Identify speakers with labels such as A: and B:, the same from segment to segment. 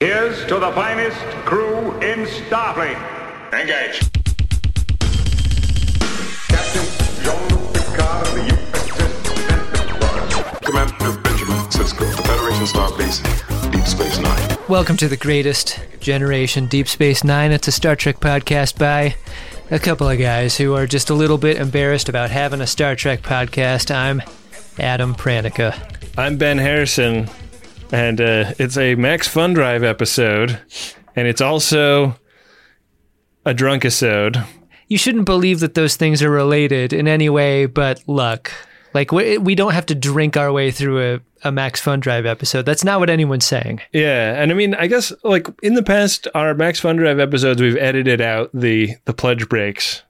A: Here's to the finest crew in Starfleet. Engage.
B: Captain Jean-Luc Picard of the USS Enterprise.
C: Commander Benjamin Sisko, the Federation Starbase, Deep Space Nine.
D: Welcome to the greatest generation, Deep Space Nine. It's a Star Trek podcast by a couple of guys who are just a little bit embarrassed about having a Star Trek podcast. I'm Adam Pranica.
E: I'm Ben Harrison, and uh, it's a Max Fun Drive episode, and it's also a drunk episode.
D: You shouldn't believe that those things are related in any way but luck. Like, we, we don't have to drink our way through a, a Max Fun Drive episode. That's not what anyone's saying.
E: Yeah, and I mean, I guess like in the past, our Max Fun Drive episodes, we've edited out the the pledge breaks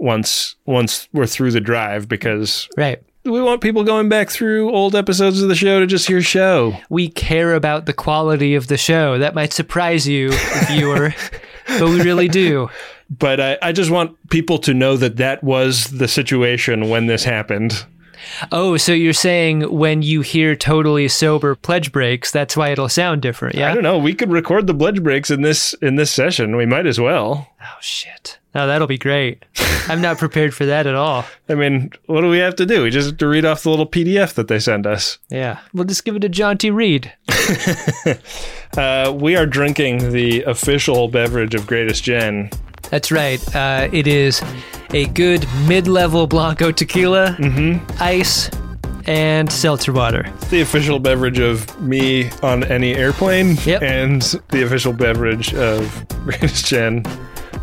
E: once once we're through the drive because
D: Right.
E: we want people going back through old episodes of the show to just hear show.
D: we care about the quality of the show. That might surprise you, viewer, but we really do.
E: But I, I just want people to know that that was the situation when this happened.
D: Oh, so you're saying when you hear totally sober pledge breaks, that's why it'll sound different,
E: I
D: yeah?
E: don't know. We could record the pledge breaks in this in this session. We might as well.
D: Oh shit. Oh, that'll be great. I'm not prepared for that at all.
E: I mean, what do we have to do? We just have to read off the little PDF that they send us.
D: Yeah. We'll just give it a jaunty read.
E: Uh, we are drinking the official beverage of Greatest Gen.
D: That's right. Uh, it is a good mid level Blanco tequila,
E: Mm-hmm.
D: ice, and seltzer water.
E: It's the official beverage of me on any airplane,
D: Yep.
E: and the official beverage of Greatest Gen. Uh,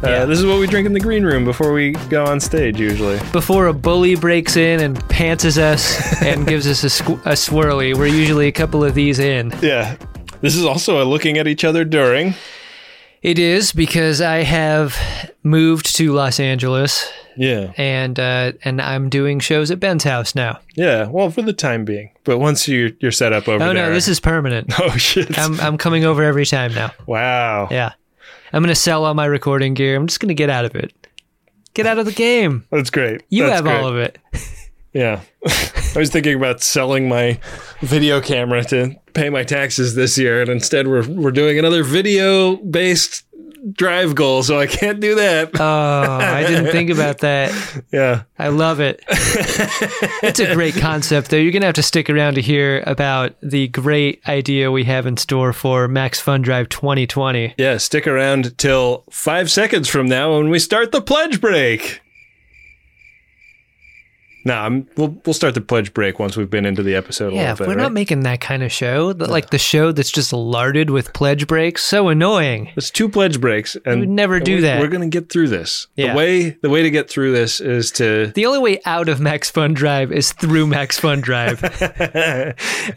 D: Yeah.
E: This is what we drink in the green room before we go on stage, usually.
D: before a bully breaks in and pantses us and gives us a, squ- a swirly. We're usually a couple of these in.
E: Yeah. This is also a looking at each other during.
D: It is because I have moved to Los Angeles
E: Yeah.
D: and uh, and I'm doing shows at Ben's house now.
E: Yeah. Well, for the time being. But once you're, you're set up over
D: Oh
E: there.
D: no, this is permanent.
E: Oh, shit.
D: I'm I'm coming over every time now.
E: wow.
D: Um, Yeah, I'm gonna sell all my recording gear. I'm just gonna get out of it. Get out of the game.
E: That's great.
D: You
E: That's
D: have
E: great.
D: all of it.
E: Yeah. I was thinking about selling my video camera to pay my taxes this year, and instead we're we're doing another video based drive goal, so I can't do that.
D: Oh, I didn't think about that.
E: yeah.
D: I love it. it's a great concept, though. You're going to have to stick around to hear about the great idea we have in store for Max Fun Drive 2020.
E: Yeah, stick around till five seconds from now when we start the pledge break. Nah, I'm, we'll we'll start the pledge break once we've been into the episode a
D: Yeah,
E: little
D: if
E: bit.
D: we're
E: right?
D: not making that kind of show, the, like the show that's just larded with pledge breaks, so annoying.
E: It's two pledge breaks, and
D: would never
E: and
D: do
E: we-
D: that.
E: We're gonna get through this.
D: Yeah.
E: The way the way to get through this is to
D: The only way out of Max Fun Drive is through Max Fun Drive.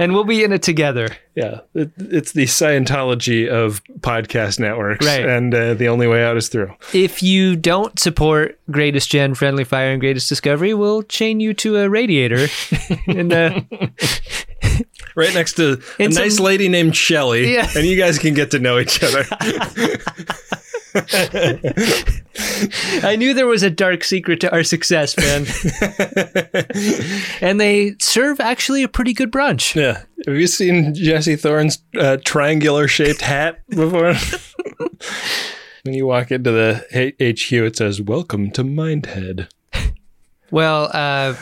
D: and we'll be in it together.
E: Yeah, it, it's the Scientology of podcast networks,
D: Right.
E: And uh, the only way out is through.
D: If you don't support Greatest Gen, Friendly Fire, and Greatest Discovery, we'll chain you to a radiator and uh,
E: Right next to a
D: It's a-
E: nice lady named Shelly,
D: Yeah.
E: and you guys can get to know each other.
D: I knew there was a dark secret to our success, man. and they serve actually a pretty good brunch.
E: yeah. Have you seen Jesse Thorne's uh, triangular shaped hat before? when you walk into the H- HQ, it says, Welcome to Mindhead.
D: Well, uh,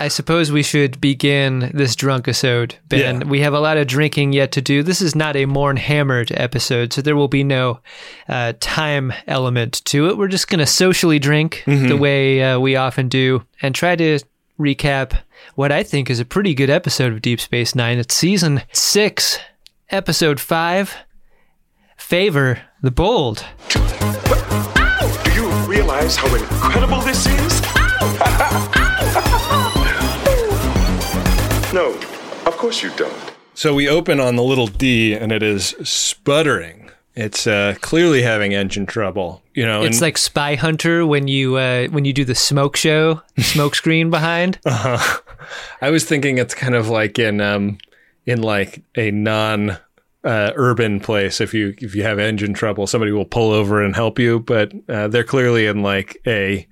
D: I suppose we should begin this drunk episode, Ben.
E: Yeah.
D: We have a lot of drinking yet to do. This is not a Morn Hammered episode, so there will be no uh, time element to it. We're just going to socially drink the way uh, we often do and try to recap what I think is a pretty good episode of Deep Space Nine. It's season six, episode five. Favor the bold.
B: Do you realize how incredible this is? no, of course you don't.
E: So we open on the little D, and it is sputtering. It's uh, clearly having engine trouble. You know,
D: It's
E: and-
D: like Spy Hunter when you uh, when you do the smoke show, smoke screen behind.
E: I was thinking it's kind of like in um in like a non uh, urban place if you if you have engine trouble somebody will pull over and help you but uh, they're clearly in like a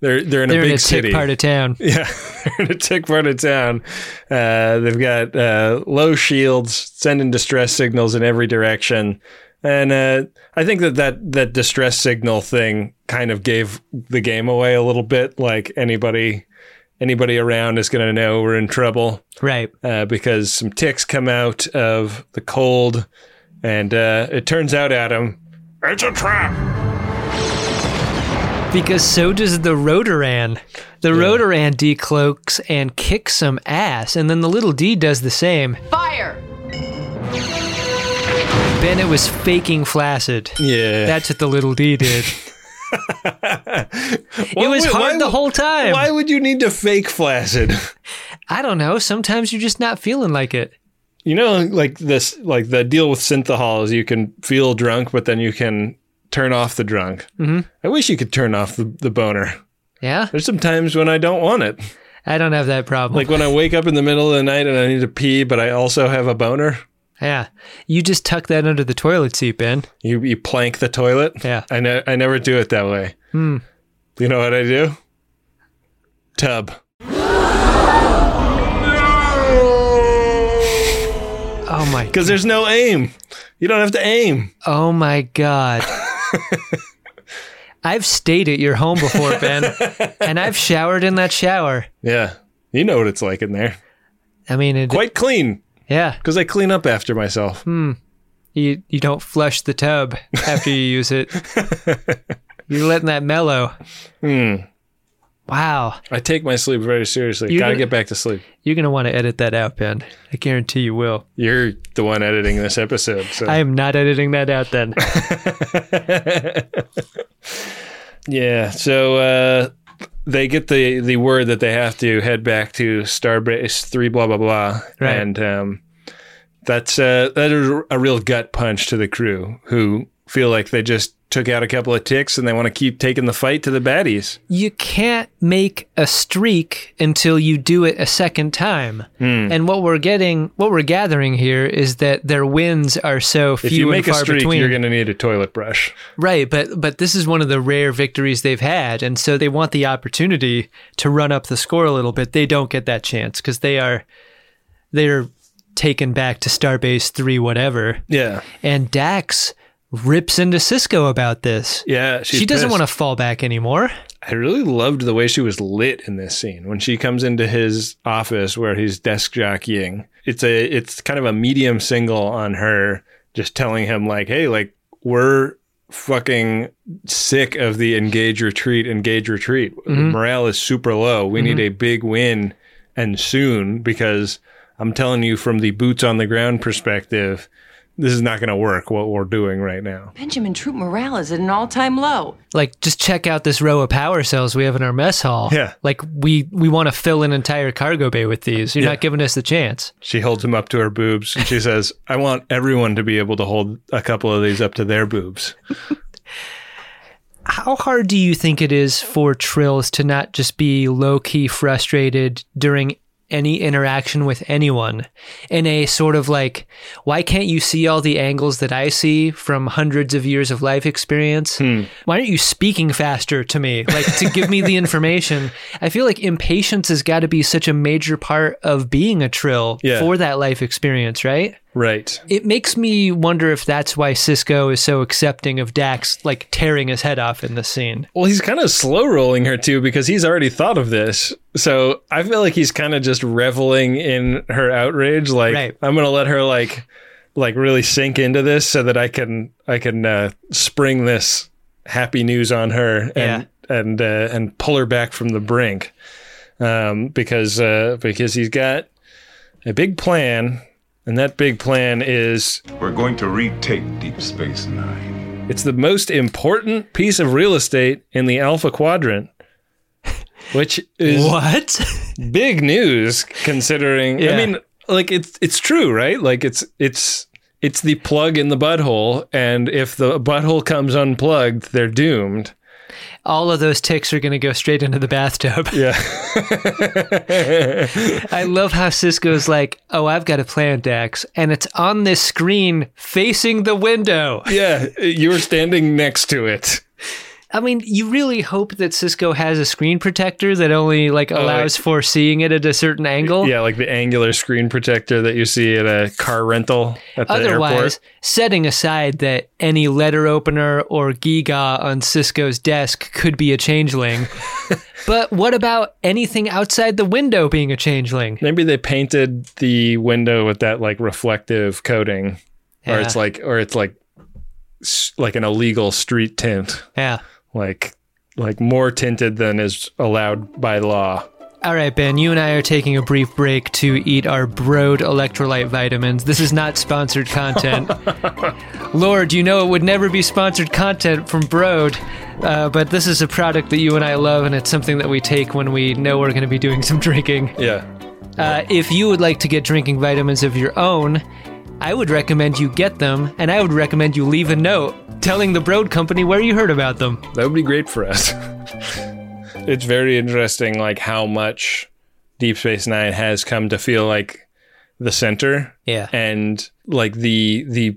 E: They're they're in
D: They're
E: a big
D: in a
E: city.
D: tick part of town.
E: Yeah, they're in a tick part of town. Uh, they've got uh, low shields, sending distress signals in every direction, and uh, I think that, that that distress signal thing kind of gave the game away a little bit. Like anybody, anybody around is going to know we're in trouble
D: Right.
E: uh, because some ticks come out of the cold, and uh, it turns out, Adam,
A: It's a trap.
D: Because so does the Rotoran. The Rotoran decloaks and kicks some ass, and then the little D does the same.
F: Fire!
D: Bennett was faking flaccid.
E: yeah,
D: That's what the little D did. it was
E: would-
D: hard
E: why
D: the
E: would-
D: whole time.
E: Why would you need to fake flaccid?
D: I don't know. Sometimes you're just not feeling like it.
E: You know, like this, like the deal with synthahol is you can feel drunk, but then you can turn off the drunk. Mm-hmm. I wish you could turn off the, the boner.
D: Yeah?
E: There's some times when I don't want it.
D: I don't have that problem.
E: Like when I wake up in the middle of the night and I need to pee, but I also have a boner.
D: yeah. You just tuck that under the toilet seat, Ben.
E: You you plank the toilet.
D: Yeah.
E: I ne- I never do it that way. Hmm. You know what I do? Tub.
D: Oh my
E: Because there's no aim. You don't have to aim.
D: Oh my god. I've stayed at your home before, Ben, and I've showered in that shower.
E: Yeah. You know what it's like in there.
D: I mean, it,
E: Quite clean.
D: yeah,
E: Because I clean up after myself.
D: you you don't flush the tub after you use it. You're letting that mellow.
E: Hmm.
D: Wow,
E: I take my sleep very seriously.
D: You
E: Gotta
D: didn't-
E: get back to sleep.
D: you're gonna want to edit that out, Ben. I guarantee you will.
E: You're the one editing this episode. So
D: I am not editing that out. Then
E: yeah. So uh, they get the the word that they have to head back to Starbase three blah blah blah,
D: Right.
E: and um, that's uh, that is a real gut punch to the crew who feel like they just took out a couple of ticks and they want to keep taking the fight to the baddies.
D: you can't make a streak until you do it a second time.
E: Hmm.
D: And what we're getting, what we're gathering here, is that their wins are so few
E: If you, make
D: and
E: a
D: far
E: streak,
D: between.
E: you're going to need a toilet brush.
D: Right, but but this is one of the rare victories they've had, and so they want the opportunity to run up the score a little bit. They don't get that chance because they are they are taken back to Starbase three, whatever.
E: Yeah.
D: And Dax rips into Cisco about this.
E: Yeah.
D: she doesn't want to fall back anymore.
E: I really loved the way she was lit in this scene when she comes into his office where he's desk jockeying. It's a it's kind of a medium single on her just telling him like, "Hey, like we're fucking sick of the engage retreat, engage retreat. Morale is super low. We need a big win and soon because I'm telling you from the boots on the ground perspective, this is not going to work what we're doing right now."
F: Benjamin Troop morale is at an all time low.
D: Like, just check out this row of power cells we have in our mess hall.
E: Yeah.
D: like we we want to fill an entire cargo bay with these. You're not giving us the chance.
E: She holds him up to her boobs and she says, I want everyone to be able to hold a couple of these up to their boobs.
D: how hard do you think it is for Trills to not just be low key frustrated during any interaction with anyone in a sort of like, why can't you see all the angles that I see from hundreds of years of life experience? Why aren't you speaking faster to me? Like, to give me the information. I feel like impatience has got to be such a major part of being a Trill
E: Yeah.
D: for that life experience, right?
E: Right.
D: It makes me wonder if that's why Cisco is so accepting of Dax, like tearing his head off in this scene.
E: Well, he's kind of slow rolling her too because he's already thought of this. So I feel like he's kind of just reveling in her outrage. Like,
D: Right.
E: I'm going to let her like, like really sink into this so that I can, I can uh, spring this happy news on her and,
D: Yeah.
E: and, uh, and pull her back from the brink. Um, because, uh, because he's got a big plan and that big plan is
C: We're going to retake Deep Space Nine.
E: It's the most important piece of real estate in the Alpha Quadrant, which is
D: What?
E: big news considering.
D: Yeah.
E: I mean, like it's it's true, right? Like it's it's it's the plug in the butthole, and if the butthole comes unplugged, they're doomed.
D: All of those ticks are going to go straight into the bathtub.
E: Yeah.
D: I love how Cisco's like, "Oh, I've got a plan, Dax, and it's on this screen facing the window."
E: Yeah, you're standing next to it.
D: I mean, you really hope that Cisco has a screen protector that only like allows
E: like-
D: for seeing it at a certain angle.
E: Oh, Yeah, like the angular screen protector that you see at a car rental at the
D: Otherwise,
E: airport.
D: setting aside that any letter opener or giga on Cisco's desk could be a changeling, but what about anything outside the window being a changeling?
E: Maybe they painted the window with that like reflective coating, or it's
D: Yeah.
E: like, or it's like, s- like an illegal street tint,
D: Yeah.
E: like, like more tinted than is allowed by law.
D: All right, Ben, you and I are taking a brief break to eat our Brode electrolyte vitamins. This is not sponsored content. Lord, you know it would never be sponsored content from Brode, uh, but this is a product that you and I love, and it's something that we take when we know we're going to be doing some drinking.
E: Yeah,
D: Uh, if you would like to get drinking vitamins of your own, I would recommend you get them, and I would recommend you leave a note telling the Broad Company where you heard about them.
E: that would be great for us. it's very interesting, like how much Deep Space Nine has come to feel like the center
D: Yeah.
E: and like the the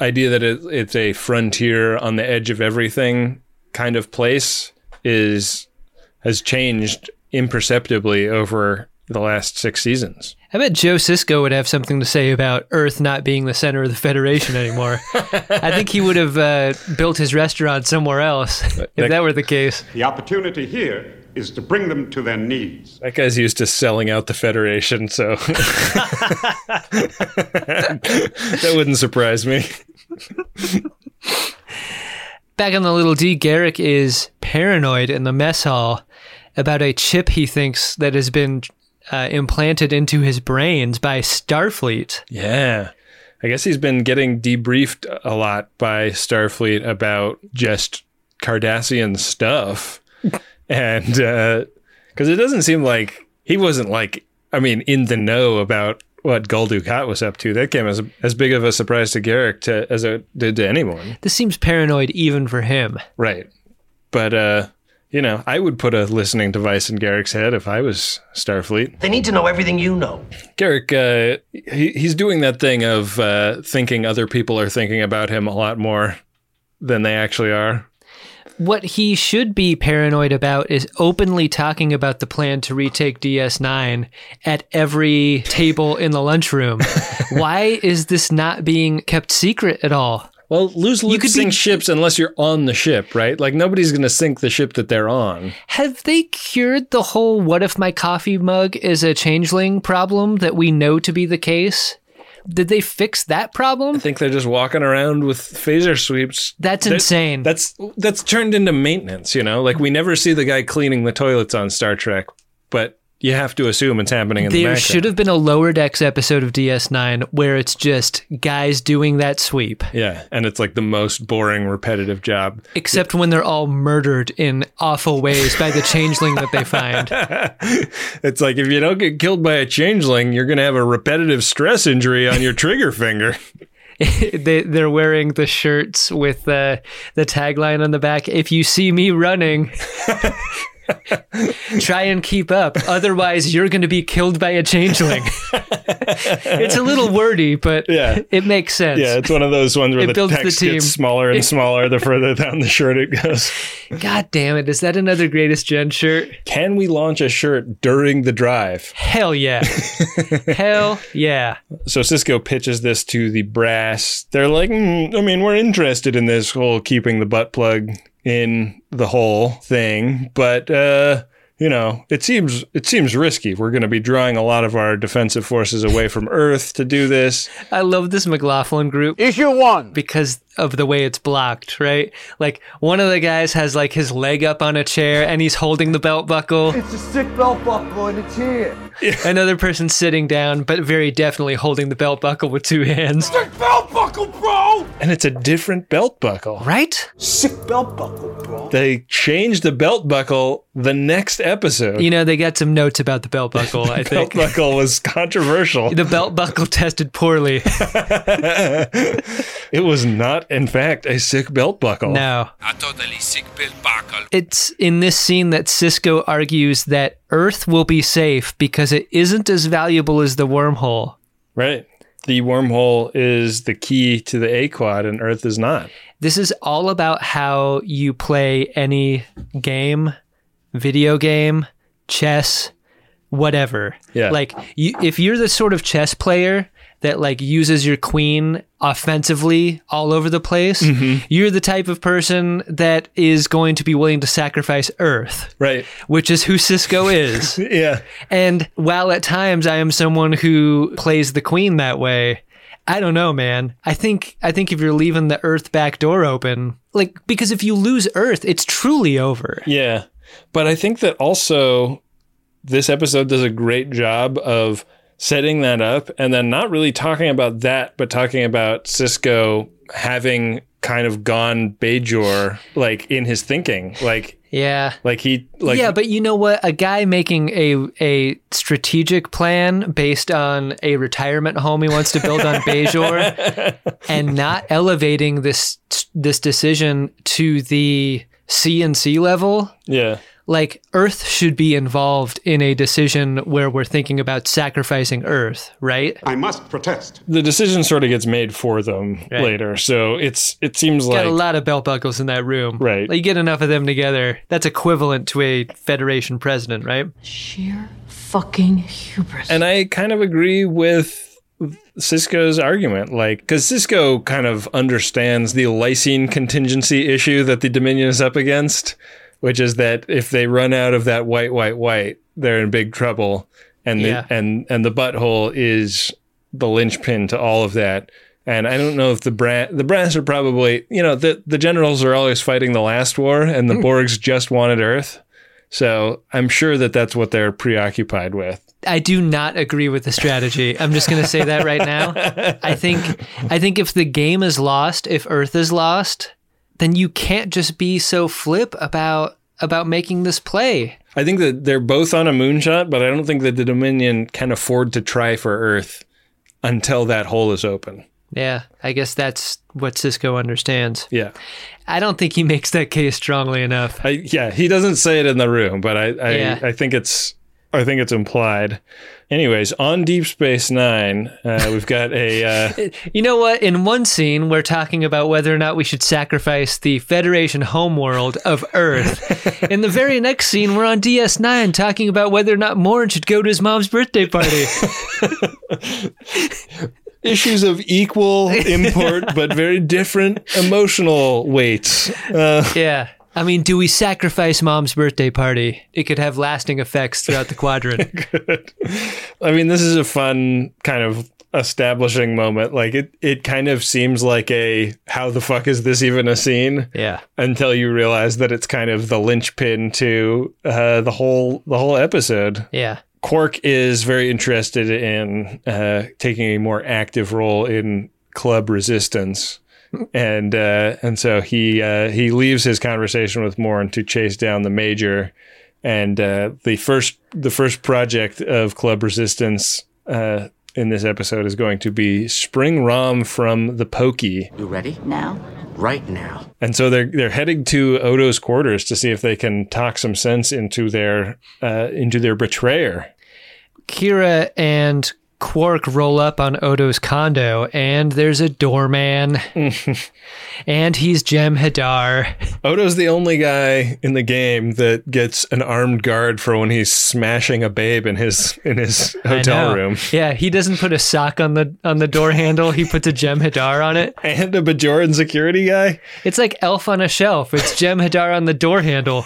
E: idea that it, it's a frontier on the edge of everything kind of place is has changed imperceptibly over the last six seasons.
D: I bet Joe Cisco would have something to say about Earth not being the center of the Federation anymore. I think he would have uh, built his restaurant somewhere else if that were the case.
A: The opportunity here is to bring them to their knees.
E: That guy's used to selling out the Federation, so that wouldn't surprise me.
D: Back on the little D, Garrick is paranoid in the mess hall about a chip he thinks that has been uh, implanted into his brains by Starfleet.
E: Yeah. I guess he's been getting debriefed a lot by Starfleet about just Cardassian stuff. and because it doesn't seem like he wasn't like, I mean, in the know about what Gul Dukat was up to. That came as, as big of a surprise to Garrick to, as it did to anyone.
D: This seems paranoid even for him.
E: Right. But, uh, you know, I would put a listening device in Garrick's head if I was Starfleet.
G: They need to know everything you know.
E: Garrick, uh, he, he's doing that thing of uh, thinking other people are thinking about him a lot more than they actually are.
D: What he should be paranoid about is openly talking about the plan to retake DS9 at every table in the lunchroom. Why is this not being kept secret at all?
E: Well, lose Luke
D: could be-
E: sinks ships unless you're on the ship, right? Like nobody's going to sink the ship that they're on.
D: Have they cured the whole what if my coffee mug is a changeling problem that we know to be the case? Did they fix that problem?
E: I think they're just walking around with phaser sweeps.
D: That's
E: They're-
D: insane.
E: That's that's turned into maintenance, you know. Like we never see the guy cleaning the toilets on Star Trek, but you have to assume it's happening in the
D: There
E: background.
D: should have been a lower decks episode of DS9 where it's just guys doing that sweep,
E: Yeah, and it's like the most boring, repetitive job.
D: except when they're all murdered in awful ways by the changeling that they find.
E: It's like if you don't get killed by a changeling, you're going to have a repetitive stress injury on your trigger finger.
D: they, they're wearing the shirts with uh, the tagline on the back if you see me running try and keep up otherwise you're going to be killed by a changeling it's a little wordy but
E: Yeah.
D: it makes sense
E: Yeah, it's one of those ones where
D: It
E: the
D: builds the
E: text
D: team.
E: gets smaller and smaller the further down the shirt it goes.
D: god damn it is that another greatest gen shirt
E: Can we launch a shirt during the drive?
D: hell yeah hell yeah
E: So Cisco pitches this to the brass. They're like, "Mm, I mean, we're interested in this whole keeping the butt plug in the whole thing, but uh, you know, it seems it seems risky. We're going to be drawing a lot of our defensive forces away from Earth to do this.
D: I love this McLaughlin group. Issue one. Because of the way it's blocked, right? Like one of the guys has like his leg up on a chair and he's holding the belt buckle. It's a sick belt buckle and it's here. Another person sitting down, but very definitely holding the belt buckle with two hands.
E: and it's a different belt buckle.
D: Right?
E: They changed the belt buckle the next episode.
D: You know, they got some notes about the belt buckle, I
E: belt
D: think.
E: buckle was controversial.
D: The belt buckle tested poorly.
E: It was not, in fact, a sick belt buckle.
D: No.
H: A totally sick pill buckle.
D: It's in this scene that Cisco argues that Earth will be safe because it isn't as valuable as the wormhole.
E: Right. the wormhole is the key to the A quad and Earth is not.
D: This is all about how you play any game, video game, chess, whatever.
E: Yeah.
D: Like you, if you're the sort of chess player that like uses your queen offensively all over the place, you're the type of person that is going to be willing to sacrifice Earth,
E: Right.
D: which is who Cisco is.
E: Yeah.
D: And while at times I am someone who plays the queen that way, I don't know, man. I think I think if you're leaving the earth back door open, like because if you lose earth, it's truly over.
E: Yeah. But I think that also this episode does a great job of setting that up and then not really talking about that, but talking about Cisco having kind of gone Bajor like in his thinking. Like
D: Yeah.
E: like he like
D: yeah, but you know what? A guy making a a strategic plan based on a retirement home he wants to build on Bejor and not elevating this this decision to the CNC level
E: yeah.
D: like Earth should be involved in a decision where we're thinking about sacrificing Earth, right?
A: I must protest.
E: The decision sort of gets made for them
D: Right.
E: later. So it's it seems
D: Got
E: like
D: a lot of belt buckles in that room.
E: Right.
D: Like you get enough of them together, that's equivalent to a Federation president, right?
F: Sheer fucking hubris.
E: And I kind of agree with Cisco's argument, like, because Cisco kind of understands the lysine contingency issue that the Dominion is up against, which is that if they run out of that white, white, white, they're in big trouble, and
D: Yeah.
E: the, and and the butthole is the linchpin to all of that. And I don't know if the bra- the brass are probably you know the the generals are always fighting the last war, and the Borgs just wanted Earth, so I'm sure that that's what they're preoccupied with.
D: I do not agree with the strategy. I'm just going to say that right now. I think I think if the game is lost, if Earth is lost, then you can't just be so flip about about making this play.
E: I think that they're both on a moonshot, but I don't think that the Dominion can afford to try for Earth until that hole is open.
D: Yeah, I guess that's what Cisco understands.
E: Yeah.
D: I don't think he makes that case strongly enough.
E: I, yeah, he doesn't say it in the room, but I I,
D: Yeah.
E: I think it's I think it's implied. Anyways, on Deep Space Nine, uh, we've got a uh,
D: You know what? In one scene, we're talking about whether or not we should sacrifice the Federation homeworld of Earth. In the very next scene, we're on DS9 talking about whether or not Morin should go to his mom's birthday party.
E: issues of equal import but very different emotional weights. Uh,
D: yeah. I mean, do we sacrifice mom's birthday party? It could have lasting effects throughout the quadrant.
E: I mean, this is a fun kind of establishing moment. Like it, it kind of seems like a how the fuck is this even a scene
D: Yeah.
E: until you realize that it's kind of the linchpin to uh, the whole the whole episode.
D: Yeah.
E: Quark is very interested in uh, taking a more active role in club resistance. And uh, and so he uh, he leaves his conversation with Morn to chase down the major, and uh, the first the first project of Club Resistance uh, in this episode is going to be Spring Rom from the Pokey.
G: You ready? Now? Right now.
E: And so they're they're heading to Odo's quarters to see if they can talk some sense into their uh, into their betrayer.
D: Kira and Quark roll up on Odo's condo, and there's a doorman. and he's Jem Hadar.
E: Odo's the only guy in the game that gets an armed guard for when he's smashing a babe in his in his hotel
D: know.
E: room.
D: Yeah, he doesn't put a sock on the on the door handle. He puts a Gem Hadar on it.
E: And a Bajoran security guy?
D: It's like Elf on a shelf. It's Gem Hadar on the door handle.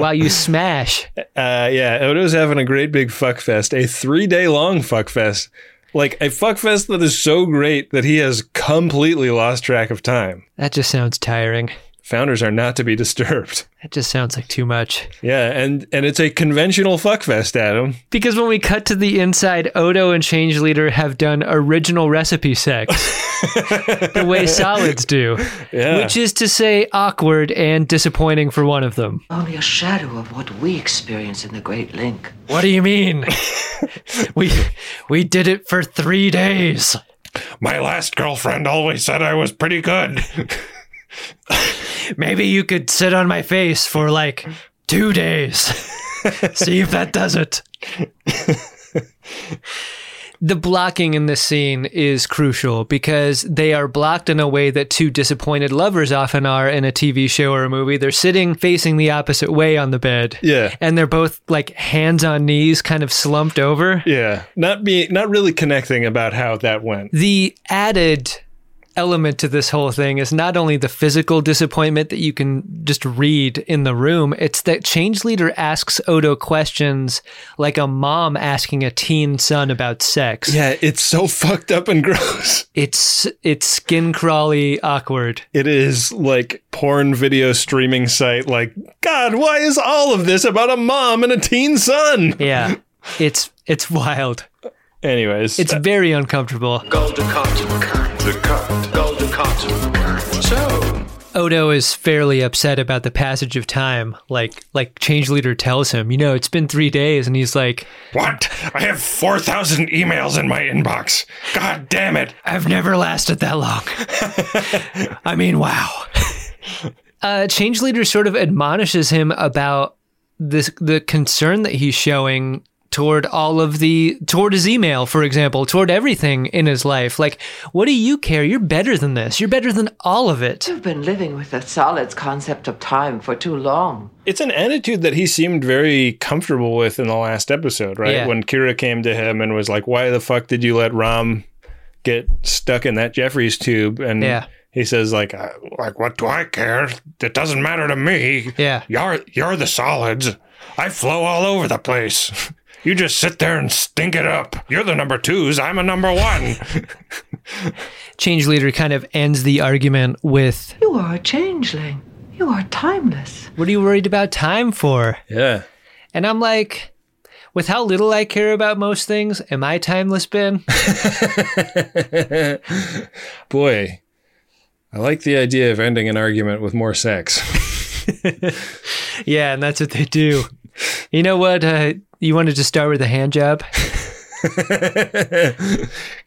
D: while you smash,
E: Uh, yeah, Odo's having a great big fuckfest, a three day long fuckfest. Like a fuckfest that is so great that he has completely lost track of time.
D: that just sounds tiring.
E: Founders are not to be disturbed.
D: That just sounds like too much.
E: Yeah, and and it's a conventional fuckfest, Adam.
D: Because when we cut to the inside, Odo and Change Leader have done original recipe sex, the way solids do,
E: Yeah.
D: which is to say, awkward and disappointing for one of them.
G: Only a Oh, shadow of what we experience in the Great Link.
D: What do you mean? we we did it for three days.
E: My last girlfriend always said I was pretty good.
D: Maybe you could sit on my face for like two days. See if that does it. the blocking in this scene is crucial because they are blocked in a way that two disappointed lovers often are in a TV show or a movie. They're sitting facing the opposite way on the bed.
E: Yeah.
D: And they're both like hands on knees, kind of slumped over.
E: Yeah, not being not really connecting about how that went.
D: The added element to this whole thing is not only the physical disappointment that you can just read in the room, it's that change leader asks Odo questions like a mom asking a teen son about sex.
E: Yeah, it's so fucked up and gross.
D: It's it's skin crawly awkward.
E: It is like porn video streaming site like god, why is all of this about a mom and a teen son?
D: Yeah. It's it's wild.
E: Anyways,
D: It's very uncomfortable. Odo is fairly upset about the passage of time. Like like change leader tells him, you know, it's been 3 days and he's like,
E: what? I have 4000 emails in my inbox. God damn it.
D: I've never lasted that long. I mean, wow. Uh, Change Leader sort of admonishes him about this the concern that he's showing toward all of the toward his email, for example, toward everything in his life. Like, what do you care? You're better than this. You're better than all of it.
G: You've been living with the solids concept of time for too long.
E: It's an attitude that he seemed very comfortable with in the last episode, right?
D: Yeah.
E: When Kira came to him and was like, "Why the fuck did you let Rom get stuck in that Jeffries tube?" and
D: Yeah.
E: he says like, "I- "Like what do I care? It doesn't matter to me.
D: Yeah.
E: You're you're the solids. I flow all over the place." You just sit there and stink it up. You're the number twos. I'm a number one.
D: Change Leader kind of ends the argument with,
G: You are a changeling. You are timeless.
D: "What are you worried about time for?"
E: yeah.
D: And I'm like, with how little I care about most things, am I timeless, Ben?
E: Boy, I like the idea of ending an argument with more sex.
D: Yeah, and that's what they do. You know what? Uh, you wanted to start with a hand job?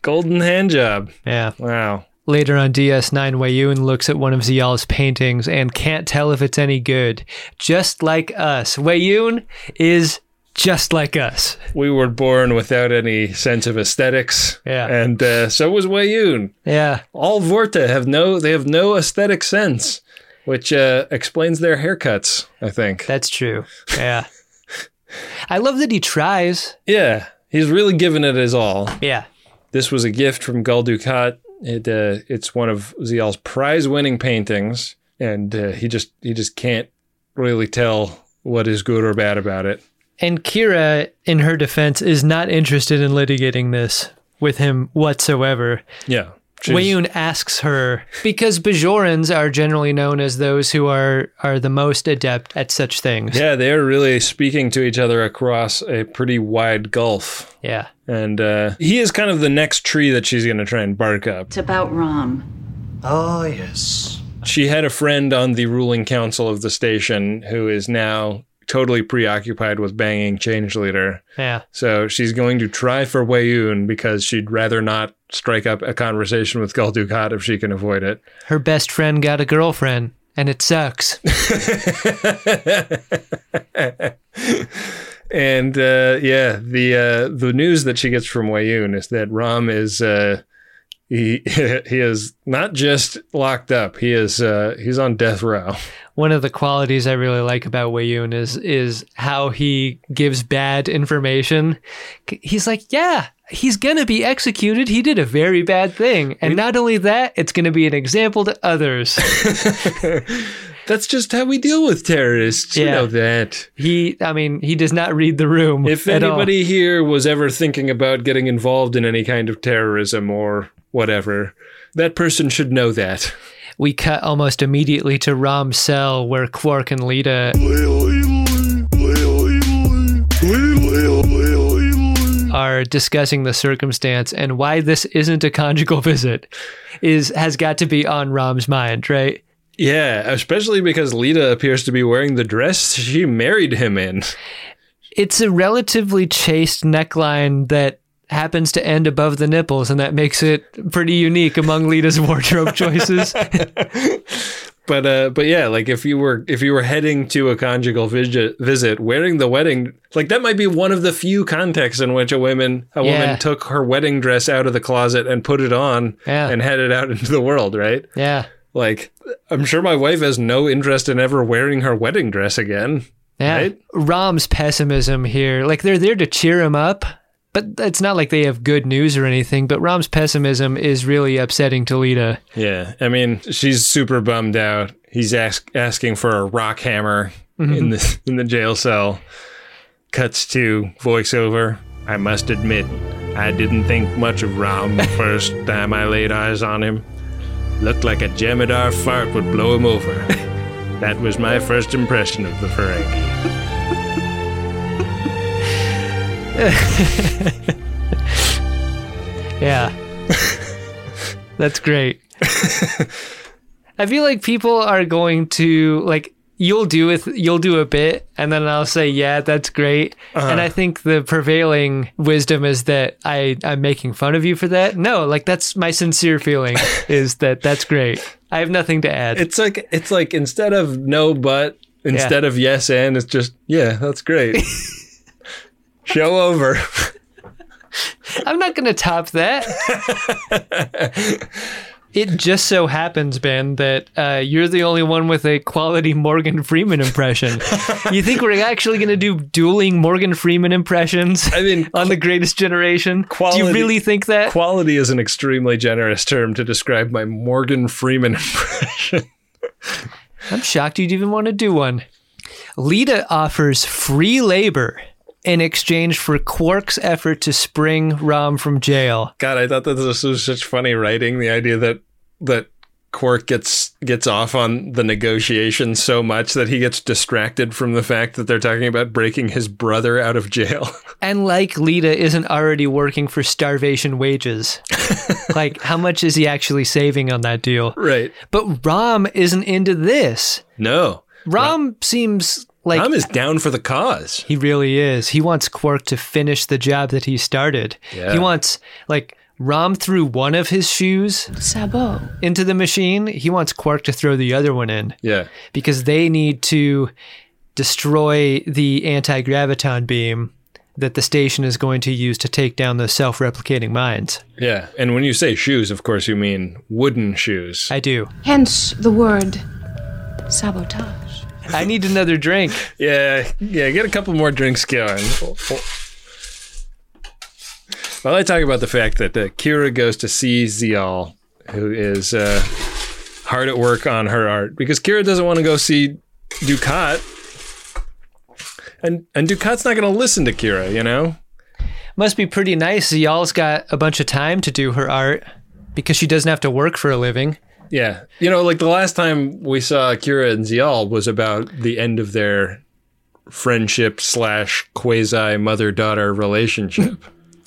E: Golden hand job.
D: Yeah.
E: Wow.
D: Later on DS9, Wayun looks at one of Zial's paintings and can't tell if it's any good. Just like us. Wayun is just like us.
E: We were born without any sense of aesthetics.
D: Yeah.
E: And uh, so was Wayun.
D: Yeah.
E: All Vorta have no they have no aesthetic sense, which uh, explains their haircuts, I think.
D: That's true. Yeah. I love that he tries.
E: yeah. He's really given it his all.
D: Yeah.
E: This was a gift from Gul Dukat. It uh, it's one of Zial's prize-winning paintings, and uh, he just he just can't really tell what is good or bad about it.
D: And Kira, in her defense, is not interested in litigating this with him whatsoever.
E: Yeah, She's-
D: Wayun asks her because Bajorans are generally known as those who are are the most adept at such things.
E: Yeah, they are really speaking to each other across a pretty wide gulf.
D: Yeah.
E: And uh, he is kind of the next tree that she's going to try and bark up.
I: It's about Rom.
G: Oh, yes.
E: She had a friend on the ruling council of the station who is now totally preoccupied with banging change leader.
D: Yeah.
E: So she's going to try for Wayun because she'd rather not strike up a conversation with Gul Dukat if she can avoid it.
D: Her best friend got a girlfriend and it sucks.
E: And uh, yeah, the uh, the news that she gets from Wayun is that Ram is uh, he he is not just locked up; he is uh, he's on death row.
D: One of the qualities I really like about Wayun is is how he gives bad information. K- He's like, "Yeah, he's going to be executed. He did a very bad thing." And not only that, it's going to be an example to others.
E: That's just how we deal with terrorists. You
D: Yeah.
E: know that.
D: he I mean, he does not read the room.
E: If
D: at all.
E: anybody here was ever thinking about getting involved in any kind of terrorism or whatever, that person should know that.
D: We cut almost immediately to Rom's cell where Quark and Lita are discussing the circumstance and why this isn't a conjugal visit is has got to be on Rom's mind, right?
E: Yeah, especially because Lita appears to be wearing the dress she married him in.
D: It's a relatively chaste neckline that happens to end above the nipples and that makes it pretty unique among Lita's wardrobe choices.
E: But uh, but yeah, like if you were if you were heading to a conjugal visit, visit wearing the wedding, like that might be one of the few contexts in which a woman a
D: Yeah.
E: woman took her wedding dress out of the closet and put it on
D: Yeah.
E: and headed out into the world, right?
D: Yeah.
E: Like I'm sure my wife has no interest in ever wearing her wedding dress again.
D: Yeah.
E: Right?
D: Rom's pessimism here. Like they're there to cheer him up, but it's not like they have good news or anything. But Rom's pessimism is really upsetting to Lita.
E: Yeah, I mean, she's super bummed out. He's ask, asking for a rock hammer in the in the jail cell. Cuts to voiceover. I must admit, I didn't think much of Rom the first time I laid eyes on him. Looked like a Jemadar fart would blow him over. that was my first impression of the Ferengi.
D: Yeah. That's great. I feel like people are going to like you'll do it you'll do a bit and then I'll say, Yeah, that's great. And I think the prevailing wisdom is that I, I'm making fun of you for that. No, like that's my sincere feeling is that that's great. I have nothing to add.
E: It's like it's like instead of no but, instead of yes and, it's just yeah, that's great. Show over.
D: I'm not going to top that. it just so happens, Ben, that uh, you're the only one with a quality Morgan Freeman impression. you think we're actually going to do dueling Morgan Freeman impressions
E: I mean,
D: on The Greatest Generation? Do
E: quality-
D: you really think that?
E: Quality is an extremely generous term to describe my Morgan Freeman impression.
D: I'm shocked you'd even want to do one. Lita offers free labor in exchange for Quark's effort to spring Rom from jail.
E: God, I thought that this was such funny writing. The idea that that Quark gets gets off on the negotiation so much that he gets distracted from the fact that they're talking about breaking his brother out of jail.
D: And like Lita isn't already working for starvation wages. like, how much is he actually saving on that deal?
E: right.
D: But Rom isn't into this.
E: No.
D: Rom seems like
E: Tom is down for the cause.
D: he really is. He wants Quark to finish the job that he started.
E: Yeah.
D: He wants, like, Rom threw one of his shoes
F: Sabot.
D: into the machine. He wants Quark to throw the other one in
E: Yeah.
D: because they need to destroy the anti graviton beam that the station is going to use to take down the self replicating mines.
E: Yeah. And when you say shoes, of course you mean wooden shoes.
D: I do.
F: Hence the word sabotage.
D: I need another drink.
E: Yeah, yeah, get a couple more drinks going. Well, I talk about the fact that uh, Kira goes to see Zial, who is uh, hard at work on her art, because Kira doesn't want to go see Ducat. And, and Ducat's not going to listen to Kira, you know?
D: Must be pretty nice. Y'all's got a bunch of time to do her art because she doesn't have to work for a living.
E: Yeah. You know, like the last time we saw Kira and Zial was about the end of their friendship slash quasi mother daughter relationship.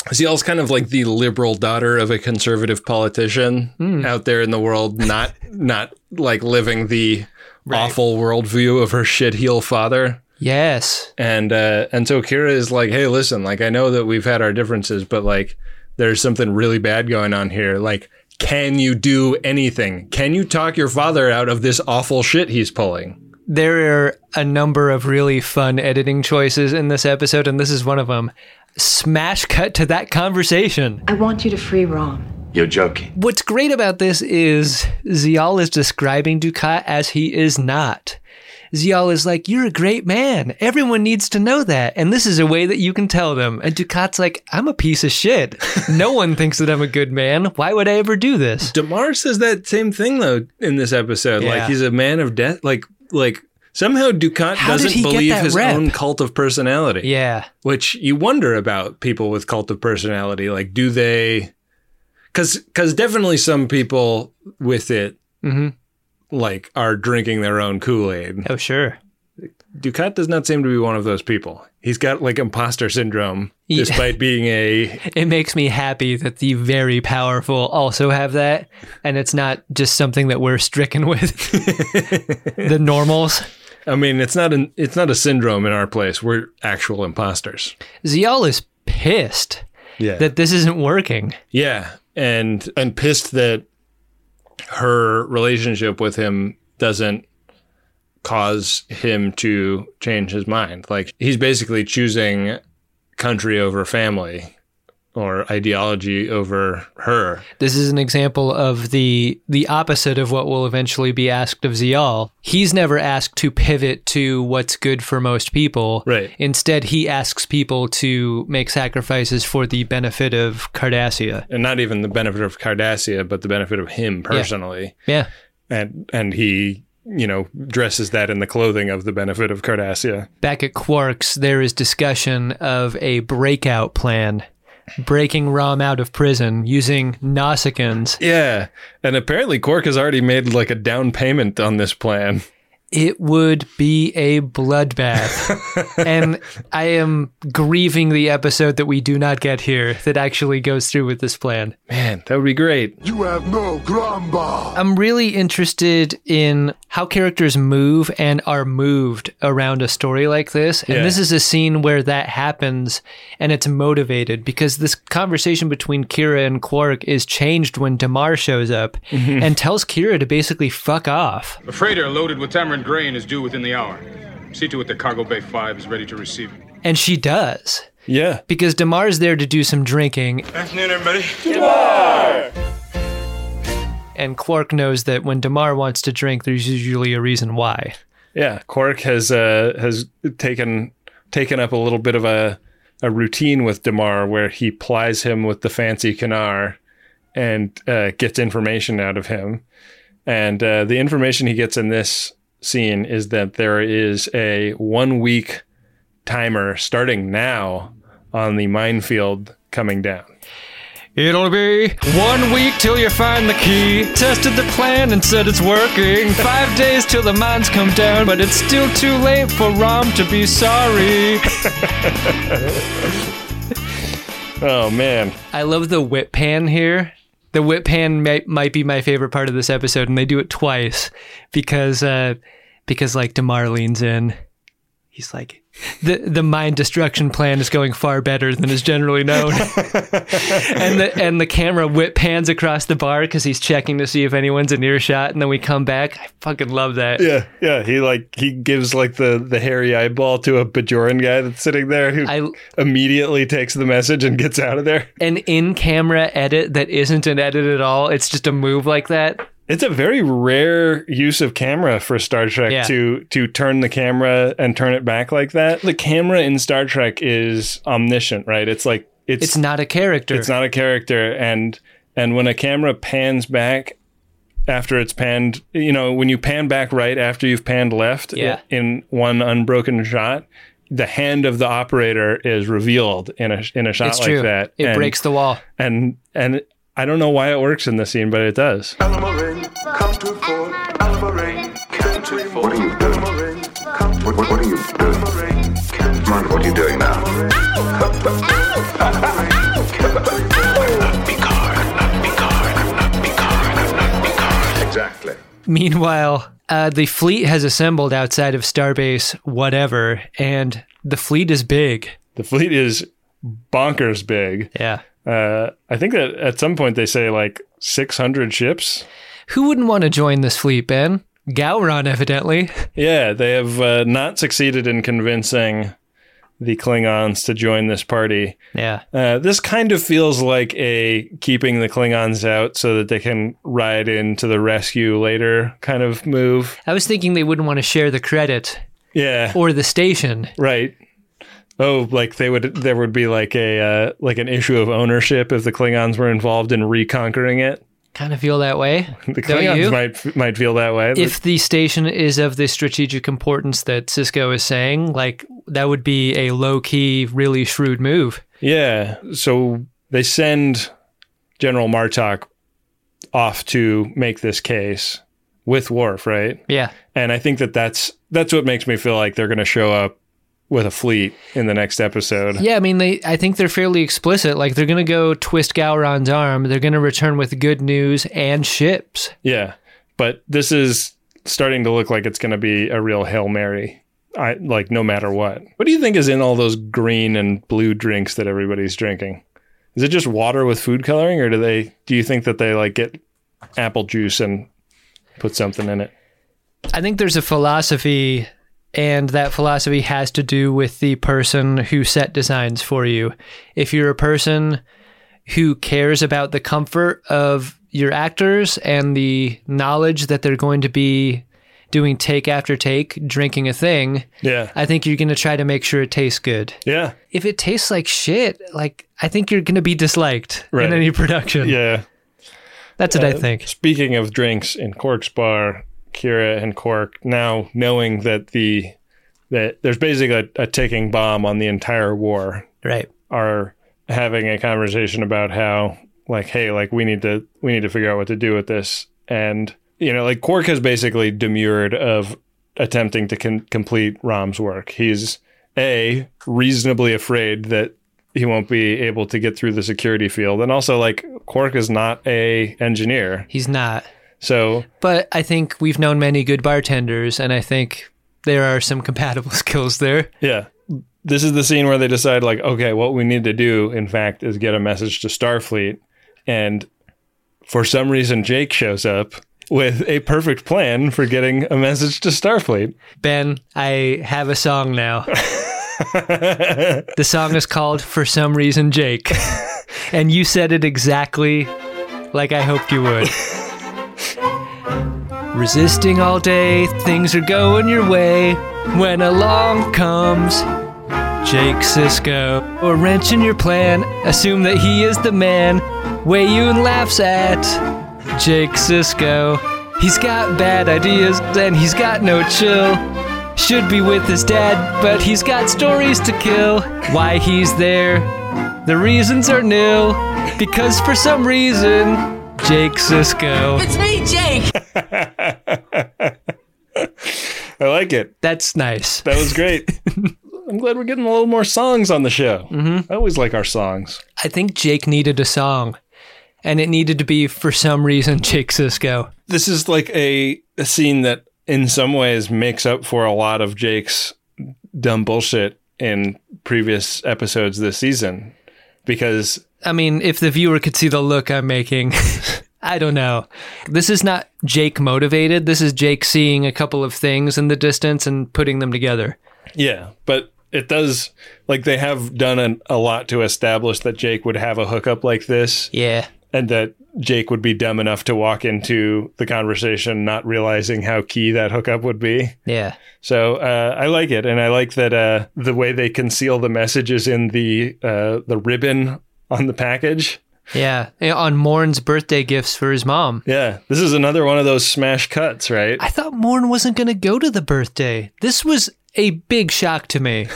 E: Zial's kind of like the liberal daughter of a conservative politician out there in the world, not not like living the awful worldview of her shit heel father.
D: Yes.
E: And uh, and so Kira is like, hey, listen, like I know that we've had our differences, but like there's something really bad going on here. Like, can you do anything? Can you talk your father out of this awful shit he's pulling?
D: There are a number of really fun editing choices in this episode, and this is one of them. Smash cut to that conversation.
F: I want you to free Rom.
I: You're joking.
D: What's great about this is Zial is describing Ducat as he is not. Zial is like, You're a great man. Everyone needs to know that. And this is a way that you can tell them. And Ducat's like, I'm a piece of shit. No one thinks that I'm a good man. Why would I ever do this?
E: Damar says that same thing though in this episode. Like
D: Yeah.
E: he's a man of death. Like like somehow Ducat
D: How did
E: doesn't
D: he get
E: believe
D: that
E: his
D: rep?
E: own cult of personality.
D: Yeah.
E: which you wonder about people with cult of personality like do they because because definitely some people with it like are drinking their own kool-aid
D: Oh, sure.
E: ducat does not seem to be one of those people he's got like imposter syndrome
D: Yeah.
E: despite being a
D: It makes me happy that the very powerful also have that. And it's not just something that we're stricken with. the normals.
E: i mean it's not an it's not a syndrome in our place we're actual imposters
D: Zial is pissed
E: yeah
D: that this isn't working.
E: yeah and and pissed that her relationship with him doesn't cause him to change his mind. Like he's basically choosing country over family or ideology over her.
D: This is an example of the the opposite of what will eventually be asked of Zial. He's never asked to pivot to what's good for most people.
E: Right.
D: Instead, he asks people to make sacrifices for the benefit of Cardassia.
E: And not even the benefit of Cardassia, but the benefit of him personally.
D: Yeah.
E: And and he, you know, dresses that in the clothing of the benefit of Cardassia.
D: Back at Quark's, there is discussion of a breakout plan, breaking Rom out of prison using Nausicaans.
E: Yeah. And apparently Quark has already made like a down payment on this plan.
D: it would be a bloodbath. and I am grieving the episode that we do not get here that actually goes through with this plan.
E: Man, that would be great.
B: You have no grumble.
D: I'm really interested in how characters move and are moved around a story like this. And
E: Yeah.
D: this is a scene where that happens and it's motivated because this conversation between Kira and Quark is changed when Damar shows up and tells Kira to basically fuck off.
I: A freighter loaded with tamarind grain is due within the hour. See to it that Cargo Bay 5 is ready to receive it.
D: And she does.
E: Yeah.
D: Because Damar's there to do some drinking
A: Afternoon, everybody.
D: and Quark knows that when Damar wants to drink, there's usually a reason why.
E: Yeah, Quark has uh, has taken taken up a little bit of a a routine with Damar where he plies him with the fancy canar and uh, gets information out of him. And uh, the information he gets in this scene is that there is a one week timer starting now on the minefield coming down.
D: It'll be one week till you find the key. Tested the plan and said it's working. Five days till the mines come down, but it's still too late for Rom to be sorry.
E: Oh man,
D: I love the whip pan here. The whip pan might, might be my favorite part of this episode, and they do it twice because uh, because like Demar leans in. He's like, the the mind destruction plan is going far better than is generally known, and the and the camera whip pans across the bar because he's checking to see if anyone's in earshot, and then we come back. I fucking love that.
E: yeah, yeah. He like he gives like the the hairy eyeball to a Bajoran guy that's sitting there who
D: I
E: immediately takes the message and gets out of there.
D: an in camera edit that isn't an edit at all. It's just a move like that.
E: It's a very rare use of camera for Star Trek
D: Yeah.
E: to to turn the camera and turn it back like that. The camera in Star Trek is omniscient, right? It's like it's
D: It's not a character.
E: it's not a character and and when a camera pans back after it's panned, you know, when you pan back right after you've panned left
D: Yeah.
E: in one unbroken shot, the hand of the operator is revealed in a in a shot
D: It's
E: like
D: true.
E: that.
D: it
E: And-
D: breaks the wall.
E: and and I don't know why it works in the scene, but it does.
B: come to four. come to four.
C: What are you doing?
B: come
C: What, what, what are you doing? Mind what you're doing now.
B: Exactly.
D: Meanwhile, uh, the fleet has assembled outside of Starbase, whatever, and the fleet is big.
E: The fleet is bonkers big.
D: Yeah.
E: Uh, I think that at some point they say like 600 ships.
D: Who wouldn't want to join this fleet, Ben? Gowron, evidently.
E: Yeah, they have uh, not succeeded in convincing the Klingons to join this party.
D: Yeah.
E: Uh, this kind of feels like a keeping the Klingons out so that they can ride in to the rescue later kind of move.
D: I was thinking they wouldn't want to share the credit
E: Yeah.
D: or the station.
E: Right. Oh, like they would there would be like a uh, like an issue of ownership if the Klingons were involved in reconquering it.
D: Kind of feel that way.
E: The
D: Don't you?
E: Klingons might might feel that way.
D: if the station is of the strategic importance that Cisco is saying, like that would be a low key, really shrewd move.
E: yeah. So they send General Martok off to make this case with Worf, right?
D: Yeah.
E: And I think that that's that's what makes me feel like they're going to show up with a fleet in the next episode.
D: Yeah, I mean, they. I think they're fairly explicit. Like they're gonna go twist Gowron's arm. They're gonna return with good news and ships.
E: Yeah, but this is starting to look like it's going to be a real hail mary. I like no matter what. What do you think is in all those green and blue drinks that everybody's drinking? Is it just water with food coloring, or do they? Do you think that they like get apple juice and put something in it?
D: I think there's a philosophy, and that philosophy has to do with the person who set designs for you. If you're a person who cares about the comfort of your actors and the knowledge that they're going to be doing take after take, drinking a thing,
E: Yeah.
D: I think you're going to try to make sure it tastes good.
E: Yeah.
D: If it tastes like shit, like I think you're going to be disliked
E: Right.
D: in any production.
E: Yeah.
D: That's what I think.
E: Speaking of drinks in Cork's bar, Kira and Cork now knowing that the that there's basically a, a ticking bomb on the entire war
D: Right.
E: are having a conversation about how like hey like we need to we need to figure out what to do with this and you know like Quark has basically demurred of attempting to con- complete Rom's work. He's a reasonably afraid that he won't be able to get through the security field and also like Quark is not a engineer.
D: He's not.
E: So
D: But I think we've known many good bartenders, and I think there are some compatible skills there.
E: Yeah. This is the scene where they decide, like, okay, what we need to do, in fact, is get a message to Starfleet. And for some reason, Jake shows up with a perfect plan for getting a message to Starfleet.
D: Ben, I have a song now. the song is called For Some Reason Jake. and you said it exactly like I hoped you would. Resisting all day, things are going your way. When along comes Jake Cisco, or wrench in your plan, assume that he is the man. Way you and laughs at Jake Cisco. He's got bad ideas and he's got no chill. Should be with his dad, but he's got stories to kill. Why he's there, the reasons are nil. Because for some reason, Jake Cisco.
J: It's me, Jake.
E: I like it.
D: That's nice.
E: That was great. I'm glad we're getting a little more songs on the show. I always like our songs.
D: I think Jake needed a song, and it needed to be for some reason Jake Cisco.
E: This is like a, a scene that, in some ways, makes up for a lot of Jake's dumb bullshit in previous episodes this season. Because
D: I mean, if the viewer could see the look I'm making, I don't know. This is not Jake motivated. This is Jake seeing a couple of things in the distance and putting them together.
E: Yeah, but it does like they have done an, a lot to establish that Jake would have a hookup like this,
D: Yeah.
E: and that Jake would be dumb enough to walk into the conversation not realizing how key that hookup would be.
D: Yeah.
E: So uh, I like it, and I like that uh, the way they conceal the messages in the uh, the ribbon on the package.
D: Yeah. And on Morn's birthday gifts for his mom.
E: Yeah, this is another one of those smash cuts, right?
D: I thought Morn wasn't going to go to the birthday. This was a big shock to me.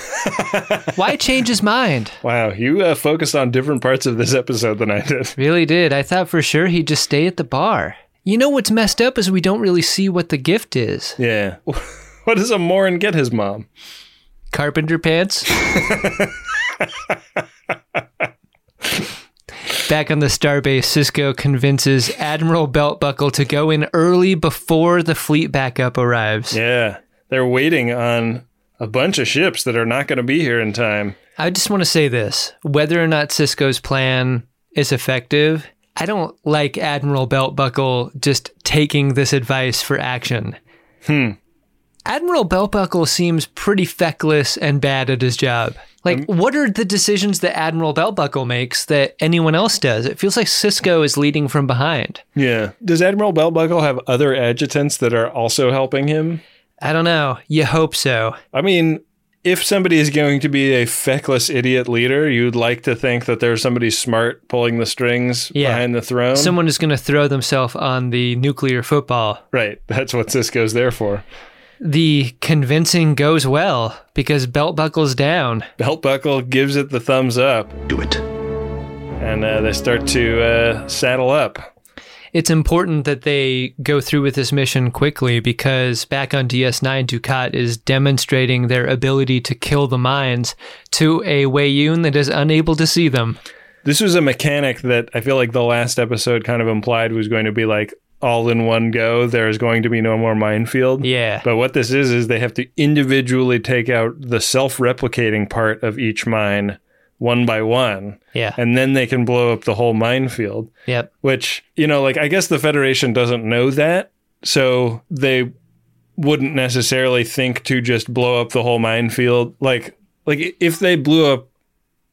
D: Why change his mind?
E: Wow, you uh, focused on different parts of this episode than I did.
D: Really did. I thought for sure he'd just stay at the bar. You know what's messed up is we don't really see what the gift is.
E: Yeah. What does a Morin get his mom?
D: Carpenter pants. Back on the starbase, Cisco convinces Admiral Beltbuckle to go in early before the fleet backup arrives.
E: Yeah, they're waiting on a bunch of ships that are not going to be here in time.
D: I just want to say this whether or not Cisco's plan is effective, I don't like Admiral Beltbuckle just taking this advice for action. Hmm. Admiral Beltbuckle seems pretty feckless and bad at his job. Like, what are the decisions that Admiral Beltbuckle makes that anyone else does? It feels like Cisco is leading from behind.
E: Yeah. Does Admiral Bellbuckle have other adjutants that are also helping him?
D: I don't know. You hope so.
E: I mean, if somebody is going to be a feckless idiot leader, you'd like to think that there's somebody smart pulling the strings
D: Yeah.
E: behind the throne.
D: Someone is going to throw themselves on the nuclear football.
E: right. That's what Cisco's there for.
D: The convincing goes well because Beltbuckle's down.
E: Beltbuckle gives it the thumbs up,
G: Do it.
E: and uh, they start to uh, saddle up.
D: it's important that they go through with this mission quickly because back on DS9, Ducat is demonstrating their ability to kill the mines to a Weiyun that is unable to see them.
E: This was a mechanic that I feel like the last episode kind of implied was going to be like all in one go. There is going to be no more minefield.
D: Yeah.
E: But what this is, is they have to individually take out the self replicating part of each mine one by one.
D: Yeah.
E: And then they can blow up the whole minefield,
D: Yep.
E: which, you know, like I guess the Federation doesn't know that. So they wouldn't necessarily think to just blow up the whole minefield. Like like if they blew up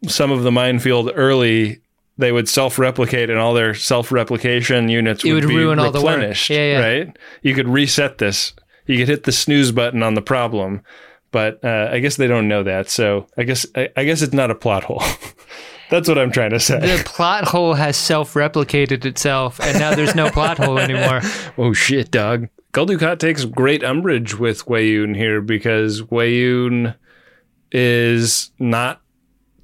E: some of the minefield early, they would self-replicate, and all their self-replication units
D: It
E: would,
D: would
E: be
D: ruin all the work.
E: replenished.
D: Yeah, yeah.
E: Right? You could reset this. You could hit the snooze button on the problem. But uh, I guess they don't know that, so I guess I, I guess it's not a plot hole. That's what I'm trying to say.
D: The plot hole has self-replicated itself, and now there's no plot hole anymore.
E: Oh shit, dog. Gul Dukat takes great umbrage with Wayoon here because Wayoon is not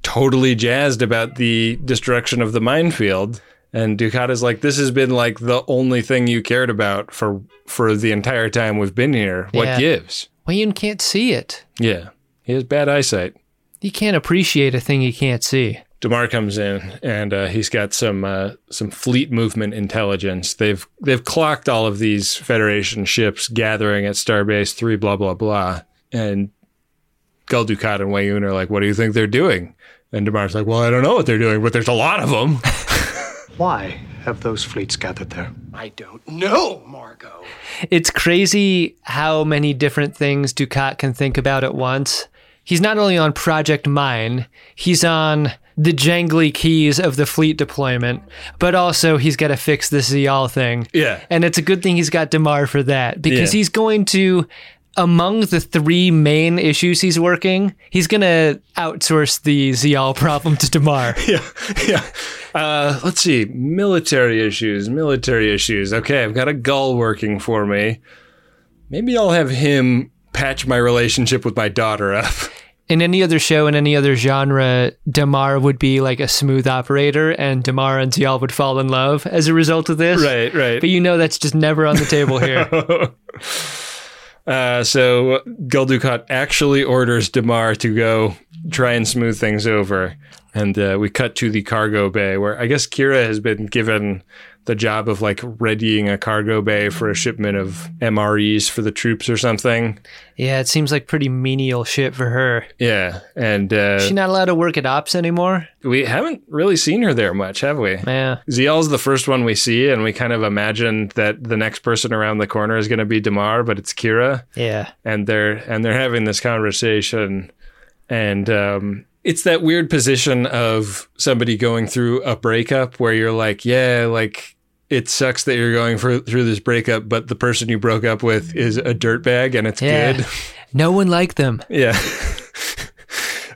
E: totally jazzed about the destruction of the minefield. And Dukat is like, this has been like the only thing you cared about for for the entire time we've been here. What
D: Yeah.
E: gives?
D: Wayne can't see it.
E: Yeah. He has bad eyesight.
D: He can't appreciate a thing he can't see.
E: Demar comes in and uh, he's got some uh, some fleet movement intelligence. They've they've clocked all of these Federation ships gathering at Starbase Three. Blah blah blah. And Gul Dukat and Wayoon are like, "What do you think they're doing?" And Demar's like, "Well, I don't know what they're doing, but there's a lot of them."
J: Why have those fleets gathered there? I don't know, Margot.
D: It's crazy how many different things Ducat can think about at once. He's not only on Project Mine, he's on the jangly keys of the fleet deployment, but also he's got to fix this Zial thing.
E: Yeah.
D: And it's a good thing he's got Damar for that because
E: Yeah.
D: he's going to, among the three main issues he's working, he's going to outsource the Zial problem to Damar.
E: yeah, yeah. Uh, let's see, military issues, military issues. Okay, I've got a gull working for me. Maybe I'll have him patch my relationship with my daughter up.
D: in any other show in any other genre, Damar would be like a smooth operator, and Damar and Zial would fall in love as a result of this.
E: Right, right.
D: But you know that's just never on the table here.
E: Uh, so Gul Dukat actually orders Damar to go try and smooth things over. And uh, we cut to the cargo bay where I guess Kira has been given the job of like readying a cargo bay for a shipment of MREs for the troops or something.
D: yeah, it seems like pretty menial shit for her.
E: Yeah. And uh,
D: She's not allowed to work at ops anymore.
E: we haven't really seen her there much, have we?
D: Yeah.
E: Ziel's the first one we see, and we kind of imagine that the next person around the corner is going to be Damar, but it's Kira.
D: Yeah.
E: and they're and they're having this conversation and um it's that weird position of somebody going through a breakup where you're like yeah like it sucks that you're going for, through this breakup but the person you broke up with is a dirtbag and it's
D: Yeah.
E: good
D: No one liked them.
E: yeah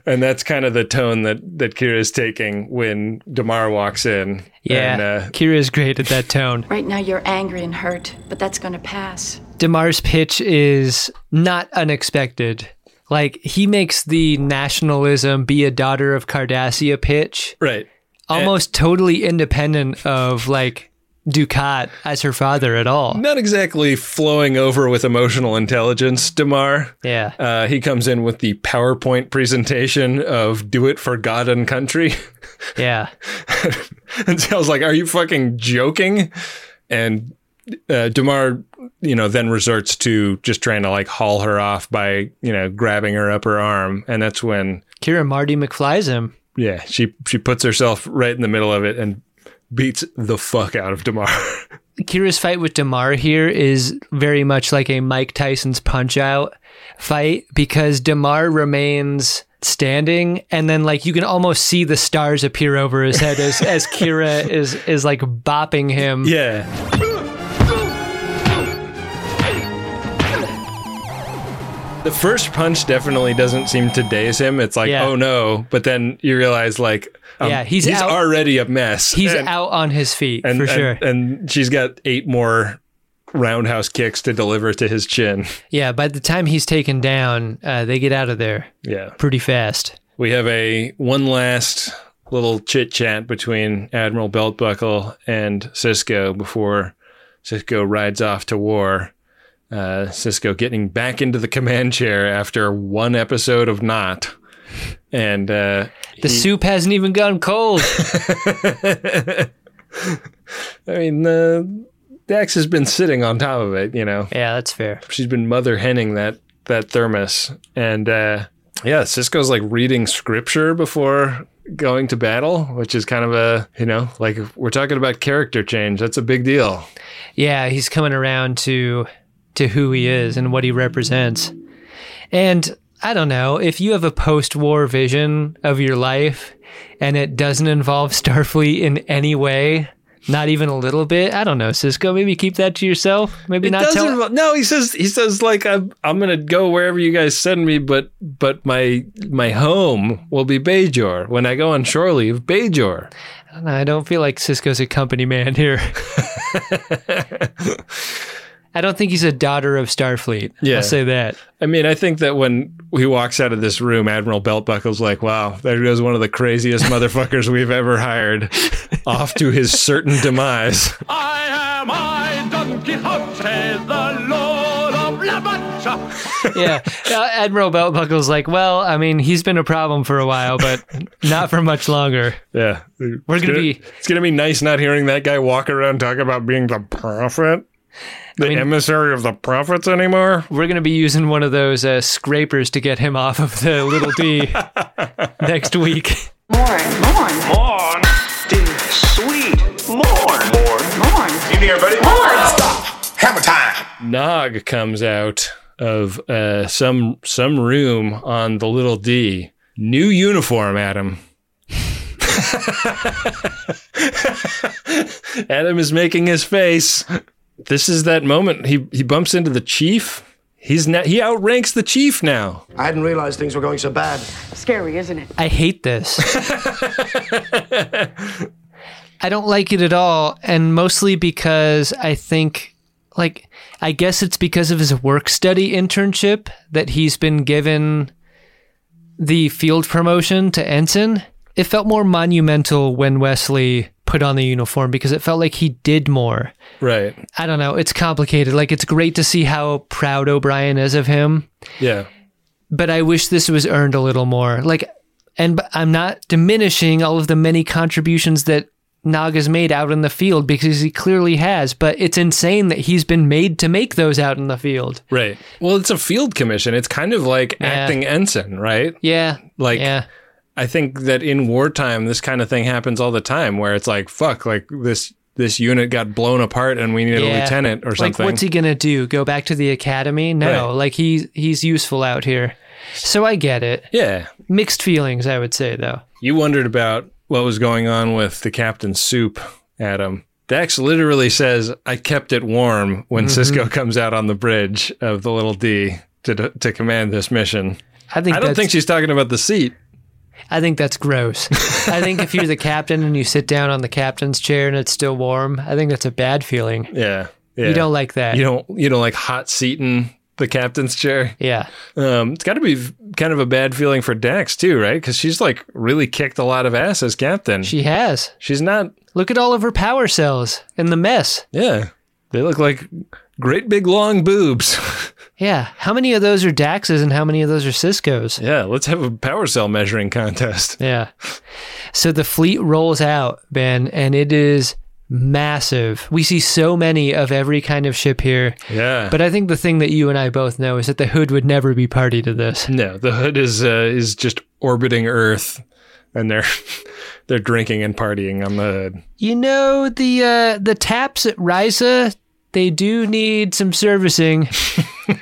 E: and that's kind of the tone that that kira's taking when damar walks in
D: Yeah.
E: and, uh,
D: Kira's great at that tone.
F: Right now you're angry and hurt, but that's gonna pass.
D: Damar's pitch is not unexpected. Like, he makes the nationalism be a daughter of Cardassia pitch.
E: right
D: almost totally independent of like Ducat as her father at all.
E: not exactly flowing over with emotional intelligence damar
D: Yeah.
E: Uh, he comes in with the PowerPoint presentation of "Do it for God and country,"
D: Yeah.
E: and so I was like, "Are you fucking joking?" And uh, Demar, you know, then resorts to just trying to like haul her off by you know grabbing her upper arm, and that's when
D: Kira Marty McFlies him.
E: yeah she she puts herself right in the middle of it and beats the fuck out of Demar.
D: Kira's fight with Damar here is very much like a Mike Tyson's punch out fight because Damar remains standing and then like you can almost see the stars appear over his head as, as Kira is is like bopping him.
E: yeah, the first punch definitely doesn't seem to daze him. It's like,
D: Yeah.
E: oh no, but then you realize like. um,
D: Yeah, he's out-
E: already a mess.
D: He's
E: And-
D: out on his feet for sure.
E: and she's got eight more roundhouse kicks to deliver to his chin.
D: yeah, by the time he's taken down, uh, they get out of there
E: Yeah.
D: pretty fast.
E: We have a one last little chit chat between Admiral Beltbuckle and Cisco before Cisco rides off to war. Uh, Cisco getting back into the command chair after one episode of not. And uh,
D: The soup hasn't even gone cold.
E: I mean, uh, Dax has been sitting on top of it, you know.
D: Yeah, that's fair.
E: she's been mother henning that that thermos and uh yeah cisco's like reading scripture before going to battle which is kind of a you know like we're talking about character change that's a big deal
D: Yeah, he's coming around to to who he is and what he represents. And I don't know, if you have a post war vision of your life and it doesn't involve Starfleet in any way, not even a little bit, I don't know, Cisco, maybe keep that to yourself. Maybe
E: It
D: not
E: doesn't.
D: tell.
E: invo- no, he says he says like I'm I'm gonna go wherever you guys send me, but but my my home will be Bajor when I go on shore leave. Bajor.
D: I don't know, I don't feel like Cisco's a company man here. I don't think he's a daughter of Starfleet.
E: Yeah.
D: I'll say that.
E: I mean, I think that when he walks out of this room, Admiral Beltbuckle's like, "Wow, there goes one of the craziest motherfuckers we've ever hired, off to his certain demise."
A: I am I, Don Quixote, the Lord of La Mancha.
D: yeah. Uh, Admiral Beltbuckle's like, well, I mean, he's been a problem for a while, but not for much longer.
E: Yeah, we're
D: gonna be-
E: It's gonna be nice not hearing that guy walk around talk about being the prophet, the
D: mean-
E: emissary of the prophets anymore.
D: We're going to be using one of those uh, scrapers to get him off of the little D next week.
F: Mourn, mourn,
A: Morn.
G: Sweet.
F: mourn.
A: buddy.
B: Hammer time!
E: Nog comes out of uh, some some room on the little D. New uniform, Adam. Adam is making his face. This is that moment he he bumps into the chief. He's now he outranks the chief now.
J: I hadn't realized things were going so bad.
K: Scary, isn't it?
D: I hate this. I don't like it at all. And mostly because I think, like, I guess it's because of his work study internship that he's been given the field promotion to ensign. It felt more monumental when Wesley put on the uniform because it felt like he did more.
E: Right.
D: I don't know. It's complicated. Like, it's great to see how proud O'Brien is of him
E: Yeah.
D: but I wish this was earned a little more. Like, and b- I'm not diminishing all of the many contributions that Nog has made out in the field because he clearly has, but it's insane that he's been made to make those out in the field.
E: Right. Well, it's a field commission. It's kind of like
D: Yeah.
E: acting ensign, right?
D: Yeah.
E: Like
D: yeah.
E: I think that in wartime, this kind of thing happens all the time, where it's like, "Fuck!" Like this this unit got blown apart, and we need a
D: yeah.
E: lieutenant or something.
D: Like, what's he gonna do? Go back to the academy? No.
E: Right.
D: Like he's he's useful out here. So I get it.
E: yeah,
D: Mixed feelings, I would say though.
E: you wondered about what was going on with the captain's soup, Adam. Dax literally says, "I kept it warm" when Cisco comes out on the bridge of the little D to to command this mission.
D: I think
E: I don't
D: that's-
E: think she's talking about the seat.
D: I think that's gross. I think if you're the captain and you sit down on the captain's chair and it's still warm, I think that's a bad feeling.
E: Yeah, yeah.
D: You don't like that.
E: you don't you don't like hot seating the captain's chair.
D: yeah.
E: Um, it's got to be v- kind of a bad feeling for Dax too, right? Because she's like really kicked a lot of ass as captain.
D: She has.
E: she's not.
D: Look at all of her power cells and the mess.
E: Yeah, they look like great big long boobs.
D: Yeah. How many of those are Dax's and how many of those are Cisco's?
E: yeah, let's have a power cell measuring contest.
D: Yeah. So the fleet rolls out, Ben, and it is massive. We see so many of every kind of ship here.
E: Yeah,
D: But I think the thing that you and I both know is that the hood would never be party to this.
E: no, the hood is uh, is just orbiting Earth, and they're they're drinking and partying on the hood.
D: You know the uh, the taps at Risa, they do need some servicing. I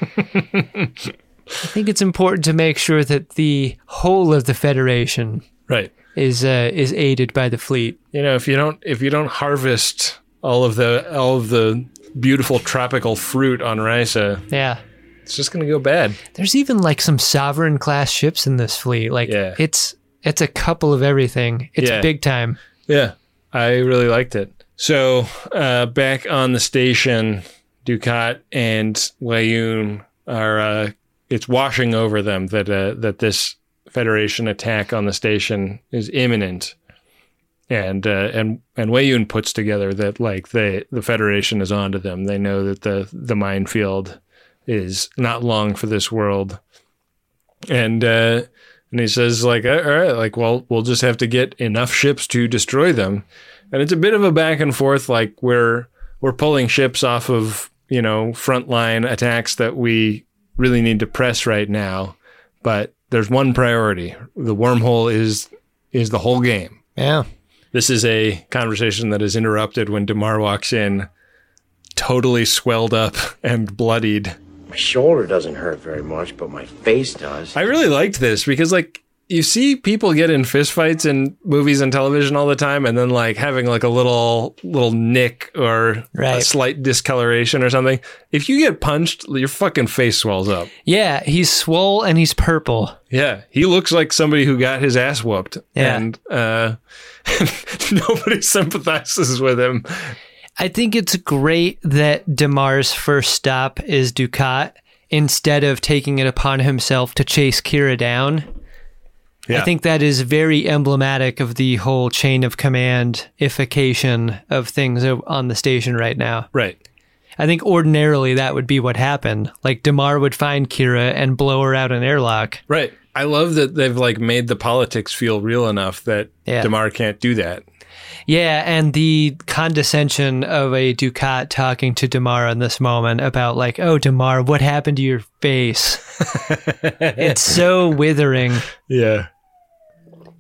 D: think it's important to make sure that the whole of the Federation
E: Right.
D: is uh, is aided by the fleet.
E: You know, if you don't if you don't harvest all of the all of the beautiful tropical fruit on Risa,
D: Yeah.
E: it's just gonna go bad.
D: There's even like some sovereign class ships in this fleet. Like
E: Yeah.
D: it's it's a couple of everything. It's
E: Yeah.
D: big time.
E: Yeah, I really liked it. So uh, back on the station, Ducat and Wayoon are. Uh, it's washing over them that uh, that this Federation attack on the station is imminent, and uh, and and Wayoon puts together that like they the Federation is onto them. They know that the the minefield is not long for this world, and. Uh, and he says, like, all right, like, well, we'll just have to get enough ships to destroy them. And it's a bit of a back and forth, like we're we're pulling ships off of, you know, frontline attacks that we really need to press right now. But there's one priority. The wormhole is is the whole game.
D: Yeah.
E: This is a conversation that is interrupted when Damar walks in totally swelled up and bloodied.
G: My shoulder doesn't hurt very much, but my face does.
E: I really liked this because like you see people get in fistfights in movies and television all the time and then like having like a little little nick or a
D: Right.
E: slight discoloration or something. If you get punched, your fucking face swells up.
D: Yeah, he's swole and he's purple.
E: Yeah, he looks like somebody who got his ass whooped
D: Yeah.
E: and uh nobody sympathizes with him.
D: I think it's great that Demar's first stop is Ducat instead of taking it upon himself to chase Kira down.
E: Yeah.
D: I think that is very emblematic of the whole chain of command ification of things o- on the station right now.
E: right.
D: I think ordinarily that would be what happened. Like Demar would find Kira and blow her out an airlock.
E: Right. I love that they've like made the politics feel real enough that
D: Yeah.
E: Damar can't do that.
D: Yeah, and the condescension of a Ducat talking to Demar in this moment about like, "Oh, Demar, what happened to your face?" it's so withering.
E: Yeah.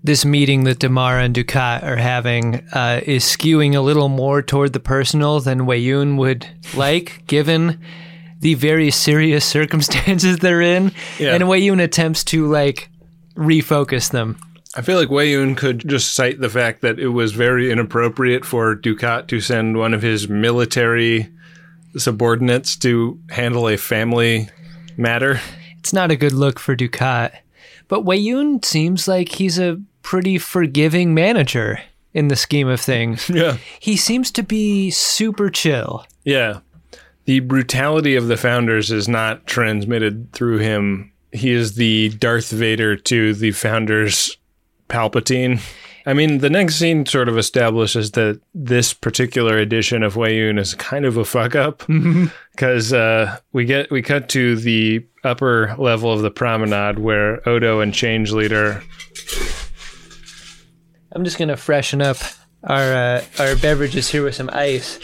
D: This meeting that Demar and Ducat are having uh, is skewing a little more toward the personal than Wayun would like, given the very serious circumstances they're in.
E: Yeah.
D: And Wayun attempts to like refocus them.
E: I feel like Wayun could just cite the fact that it was very inappropriate for Ducat to send one of his military subordinates to handle a family matter.
D: It's not a good look for Ducat. But Wayun seems like he's a pretty forgiving manager in the scheme of things.
E: Yeah.
D: he seems to be super chill.
E: Yeah. The brutality of the founders is not transmitted through him. He is the Darth Vader to the founders Palpatine. I mean, the next scene sort of establishes that this particular edition of Wayun is kind of a fuck up because uh, we get we cut to the upper level of the promenade where Odo and Change Leader.
D: I'm just gonna freshen up our uh, our beverages here with some ice.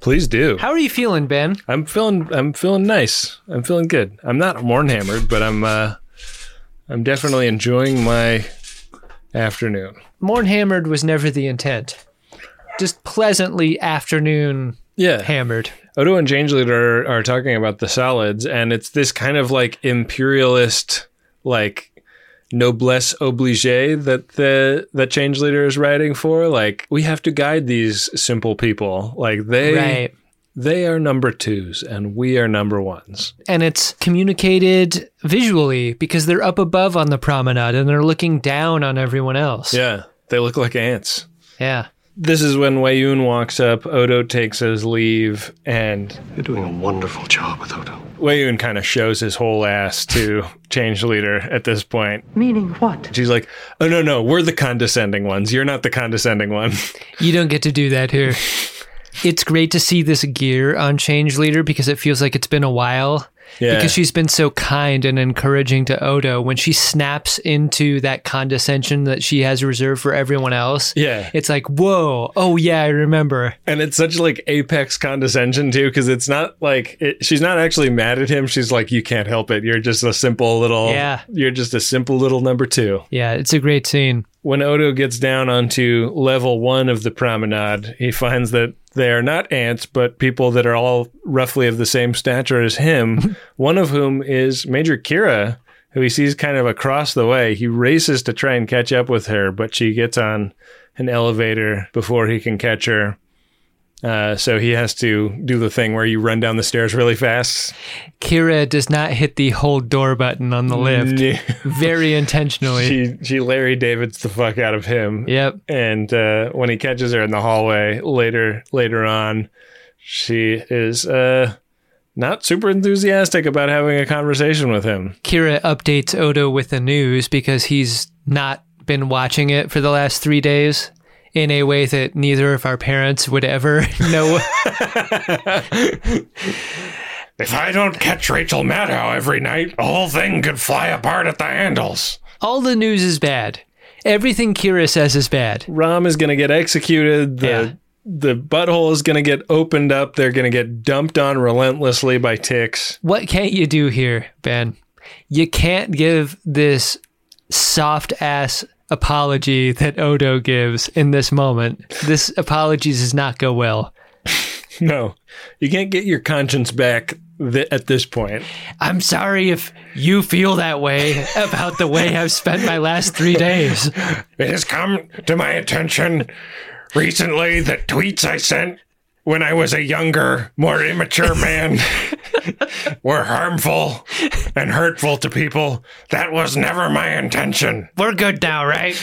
E: Please do.
D: How are you feeling, Ben?
E: I'm feeling I'm feeling nice. I'm feeling good. I'm not worn hammered, but I'm uh I'm definitely enjoying my afternoon.
D: Morn hammered was never the intent. Just pleasantly afternoon
E: Yeah.
D: hammered.
E: Odo and James Leader are, are talking about the salads, and it's this kind of like imperialist, like noblesse oblige that the that change leader is writing for like we have to guide these simple people like they
D: Right.
E: they are number twos and we are number ones
D: and it's communicated visually because they're up above on the promenade and they're looking down on everyone else.
E: yeah they look like ants
D: Yeah.
E: This is when Wayun walks up. Odo takes his leave, and
J: You're doing a wonderful job with Odo.
E: Wayun kind of shows his whole ass to change leader at this point.
G: Meaning what?
E: She's like, "Oh no, no, we're the condescending ones. You're not the condescending one."
D: You don't get to do that here. it's great to see this gear on Change Leader because it feels like it's been a while.
E: Yeah,
D: Because she's been so kind and encouraging to Odo when she snaps into that condescension that she has reserved for everyone else.
E: Yeah.
D: It's like, whoa, oh yeah, I remember.
E: and it's such like apex condescension too, because it's not like it, she's not actually mad at him. She's like, "You can't help it. You're just a simple little.
D: Yeah.
E: you're just a simple little number two.
D: Yeah, it's a great scene.
E: when Odo gets down onto level one of the promenade, he finds that they are not ants, but people that are all roughly of the same stature as him, one of whom is Major Kira, who he sees kind of across the way. He races to try and catch up with her, but she gets on an elevator before he can catch her. Uh, so he has to do the thing where you run down the stairs really fast.
D: Kira does not hit the hold door button on the lift very intentionally.
E: she she Larry David's the fuck out of him.
D: Yep.
E: and uh, when he catches her in the hallway later later on, she is uh, not super enthusiastic about having a conversation with him.
D: Kira updates Odo with the news because he's not been watching it for the last three days in a way that neither of our parents would ever know.
E: If I don't catch Rachel Maddow every night, the whole thing could fly apart at the handles.
D: All the news is bad. Everything Kira says is bad.
E: Rom is gonna get executed. The
D: Yeah.
E: the butthole is gonna get opened up. They're gonna get dumped on relentlessly by ticks.
D: What can't you do here, Ben? You can't give this soft ass apology that Odo gives in this moment. This apology does not go well.
E: No, you can't get your conscience back th- at this point.
D: I'm sorry if you feel that way about the way I've spent my last three days.
E: It has come to my attention recently that tweets I sent when I was a younger, more immature man were harmful and hurtful to people. That was never my intention.
D: We're good now, right?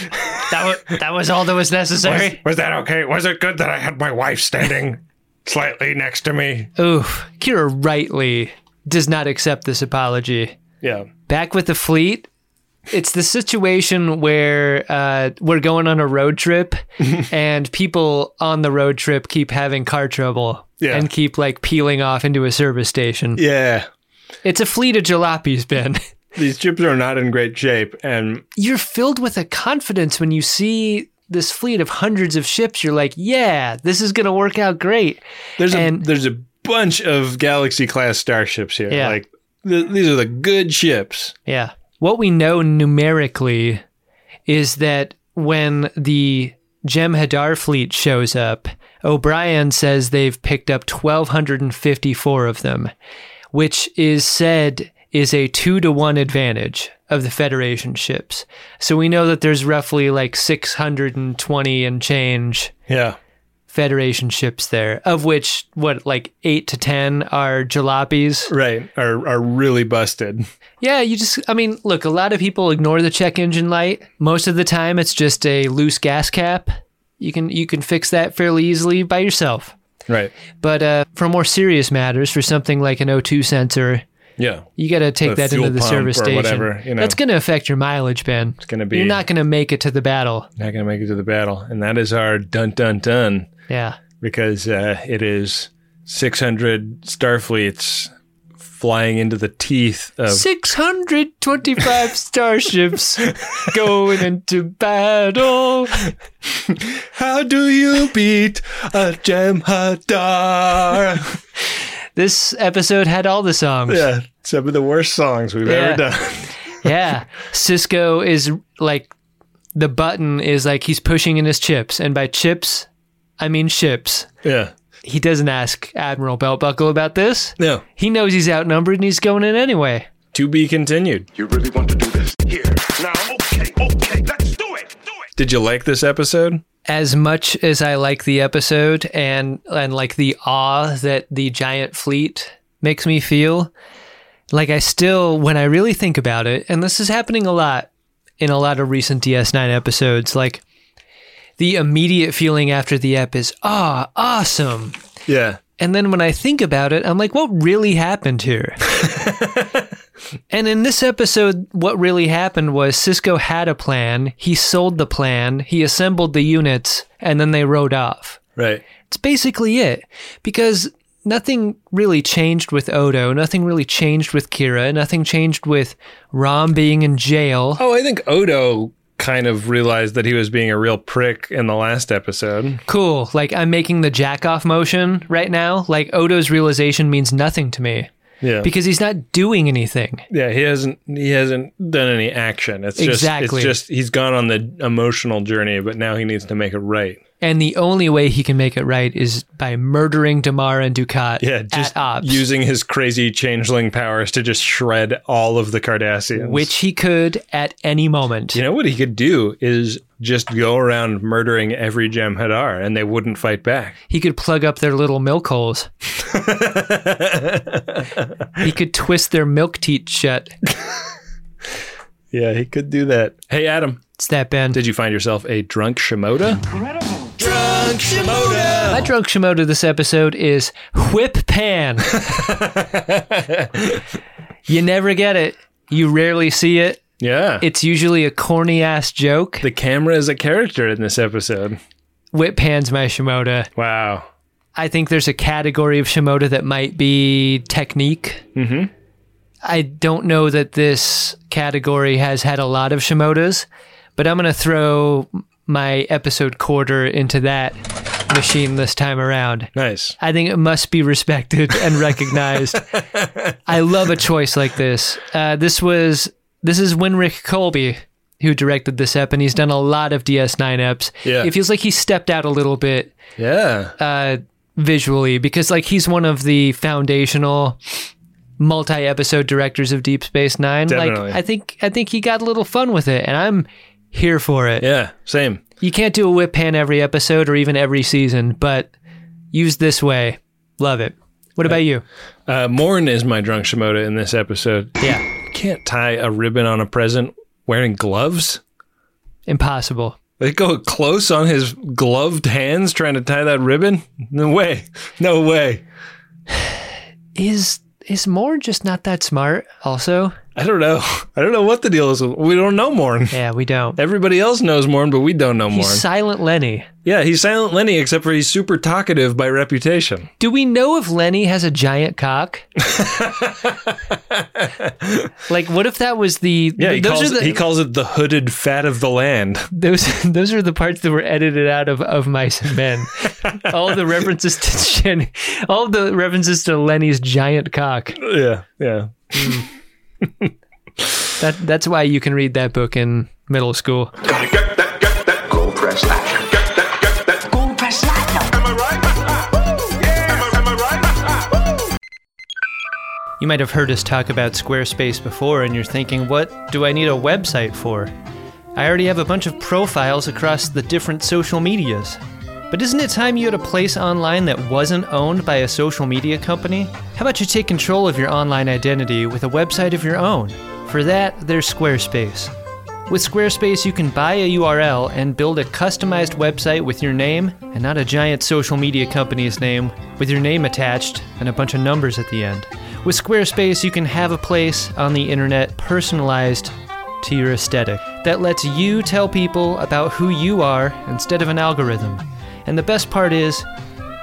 D: That was, that was all that was
E: Was,
D: necessary.
E: was that okay? Was it good that I had my wife standing slightly next to me?
D: Oof. Kira rightly does not accept this apology.
E: Yeah.
D: back with the fleet it's the situation where uh, we're going on a road trip and people on the road trip keep having car trouble
E: Yeah.
D: and keep like peeling off into a service station
E: Yeah.
D: it's a fleet of jalopies ben
E: These chips are not in great shape. And
D: you're filled with a confidence when you see this fleet of hundreds of ships you're like yeah this is going to work out great
E: There's a
D: And-
E: there's a bunch of galaxy class starships here.
D: Yeah.
E: Like th- these are the good ships.
D: Yeah. What we know numerically is that when the Jem'Hadar fleet shows up, O'Brien says they've picked up 1,254 of them, which is said is a two to one advantage of the Federation ships. So we know that there's roughly like 620 and change
E: Yeah.
D: Federation ships there, of which, what, like eight to 10 are jalopies?
E: Right. Are are really busted.
D: Yeah, you just, I mean, look, a lot of people ignore the check engine light. Most of the time, it's just a loose gas cap. You can you can fix that fairly easily by yourself.
E: Right.
D: But uh, for more serious matters, for something like an O2 sensor,
E: Yeah.
D: you got to take
E: A
D: that
E: fuel
D: into the
E: pump
D: service
E: or
D: station.
E: whatever, you know.
D: That's going to affect your mileage, Ben. It's
E: gonna be-
D: You're not going to make it to the battle.
E: Not gonna make it to the battle. And that is our dun dun dun
D: Yeah.
E: because uh, it is 600 Starfleets flying into the teeth of
D: 625 starships going into battle.
E: How do you beat a Jem'Hadar?
D: This episode had all the songs.
E: yeah, some of the worst songs we've
D: Yeah.
E: ever done.
D: Yeah. Cisco is like the button is like he's pushing in his chips, and by chips, I mean ships.
E: Yeah.
D: He doesn't ask Admiral Beltbuckle about this.
E: No.
D: He knows he's outnumbered and he's going in anyway.
E: To be continued.
B: You really want to do this? Here, now, okay, okay, let's do it, do it.
E: Did you like this episode?
D: As much as I like the episode and and like the awe that the giant fleet makes me feel, like I still when I really think about it, and this is happening a lot in a lot of recent DS9 episodes, like the immediate feeling after the ep is ah awesome.
E: Yeah.
D: And then when I think about it, I'm like, what really happened here? and in this episode, what really happened was Cisco had a plan, he sold the plan, he assembled the units, and then they rode off.
E: Right.
D: It's basically it. Because nothing really changed with Odo, nothing really changed with Kira, nothing changed with Rom being in jail.
E: Oh, I think Odo kind of realized that he was being a real prick in the last episode.
D: Cool. Like I'm making the jack off motion right now. Like Odo's realization means nothing to me.
E: Yeah.
D: Because he's not doing anything.
E: yeah, he hasn't he hasn't done any action. It's
D: Exactly.
E: just it's just he's gone on the emotional journey, but now he needs to make it right.
D: And the only way he can make it right is by murdering Damar and Ducat
E: Yeah, just
D: at Ops,
E: using his crazy changeling powers to just shred all of the Cardassians.
D: which he could at any moment.
E: you know what he could do is just go around murdering every Jem'Hadar, and they wouldn't fight back.
D: He could plug up their little milk holes. he could twist their milk teat shut.
E: Yeah, he could do that. Hey, Adam,
D: It's that band.
E: did you find yourself a drunk Shimoda? Oh.
D: My drunk Shimoda this episode is Whip Pan. you never get it. You rarely see it.
E: Yeah.
D: It's usually a corny ass joke.
E: the camera is a character in this episode.
D: Whip Pan's my Shimoda.
E: Wow.
D: I think there's a category of Shimoda that might be technique. Mm-hmm. I don't know that this category has had a lot of Shimodas, but I'm going to throw my episode quarter into that machine this time around.
E: Nice.
D: I think it must be respected and recognized. I love a choice like this. Uh, this was this is Winrick Colby who directed this ep, and he's done a lot of DS9 eps.
E: Yeah.
D: It feels like he stepped out a little bit
E: Yeah.
D: uh, visually because like he's one of the foundational multi-episode directors of Deep Space 9.
E: Definitely.
D: Like I think I think he got a little fun with it and I'm here for it.
E: Yeah, same.
D: You can't do a whip pan every episode or even every season, but use this way. Love it. What about you?
E: Uh, Morn is my drunk Shimoda in this episode.
D: Yeah.
E: You can't tie a ribbon on a present wearing gloves.
D: Impossible.
E: They go close on his gloved hands trying to tie that ribbon. No way. No way.
D: Is is Moore just not that smart also?
E: I don't know. I don't know what the deal is. with- We don't know Morn.
D: Yeah, we don't.
E: Everybody else knows Morn, but we don't know Morn.
D: He's silent Lenny.
E: yeah, he's silent Lenny, except for he's super talkative by reputation.
D: Do we know if Lenny has a giant cock? like, what if that was the?
E: Yeah, he,
D: those
E: calls,
D: are the
E: he calls it the hooded fat of the land.
D: those those are the parts that were edited out of of Mice and Men. all the references to Jen, all the references to Lenny's giant cock.
E: Yeah, yeah.
D: That that's why you can read that book in middle school.
B: Gotta get that, get that gold press latch. Get that, get that.
F: Gold press light.
B: Am I right? Woo! Am I, am I right? Woo!
D: You might have heard us talk about Squarespace before, and you're thinking, what do I need a website for? I already have a bunch of profiles across the different social medias. But isn't it time you had a place online that wasn't owned by a social media company? How about you take control of your online identity with a website of your own? For that, there's Squarespace. With Squarespace, you can buy a URL and build a customized website with your name and not a giant social media company's name with your name attached and a bunch of numbers at the end. With Squarespace, you can have a place on the internet personalized to your aesthetic that lets you tell people about who you are instead of an algorithm. And the best part is,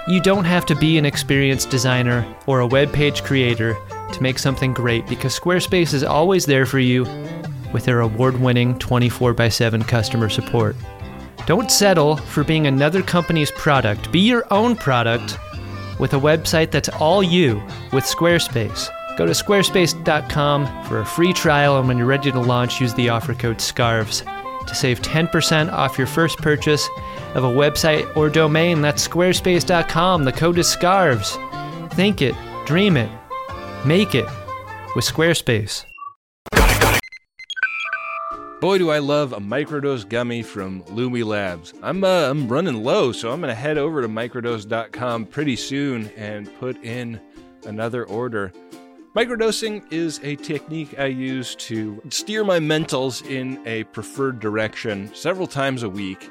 D: you don't have to be an experienced designer or a web page creator to make something great because Squarespace is always there for you with their award winning 24 x 7 customer support. Don't settle for being another company's product. Be your own product with a website that's all you with Squarespace. Go to squarespace.com for a free trial, and when you're ready to launch, use the offer code SCARVES to save 10% off your first purchase of a website or domain. That's squarespace.com. The code is SCARVES. Think it, dream it, make it with Squarespace.
E: Boy, do I love a microdose gummy from Lumi Labs. I'm uh, I'm running low, so I'm gonna head over to microdose.com pretty soon and put in another order. Microdosing is a technique I use to steer my mentals in a preferred direction several times a week.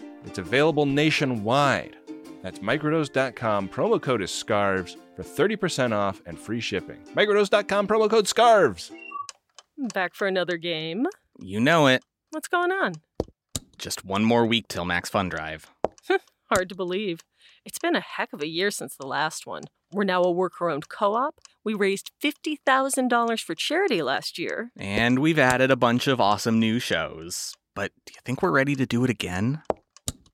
E: It's available nationwide. That's microdose.com. Promo code is SCARVES for 30% off and free shipping. Microdose.com, promo code SCARVES.
K: Back for another game.
A: You know it.
K: What's going on?
A: Just one more week till Max Fun Drive.
K: Hard to believe. It's been a heck of a year since the last one. We're now a worker owned co op. We raised $50,000 for charity last year.
A: And we've added a bunch of awesome new shows. But do you think we're ready to do it again?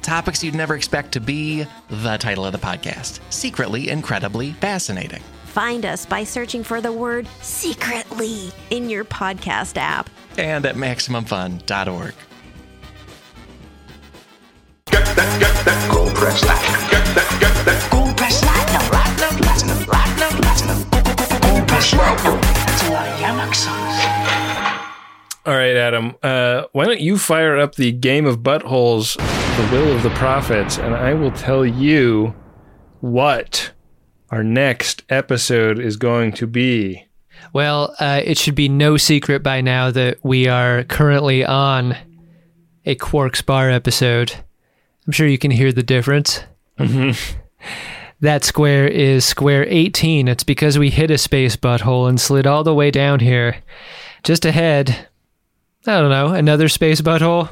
A: Topics you'd never expect to be the title of the podcast Secretly Incredibly Fascinating.
L: find us by searching for the word secretly in your podcast app.
M: and at MaximumFun.org.
E: All right, Adam. Uh, why don't you fire up the game of buttholes, the will of the prophets, and I will tell you what our next episode is going to be.
D: Well, uh, it should be no secret by now that we are currently on a Quarks Bar episode. I'm sure you can hear the difference. that square is square 18. It's because we hit a space butthole and slid all the way down here. Just ahead, I don't know, another space butthole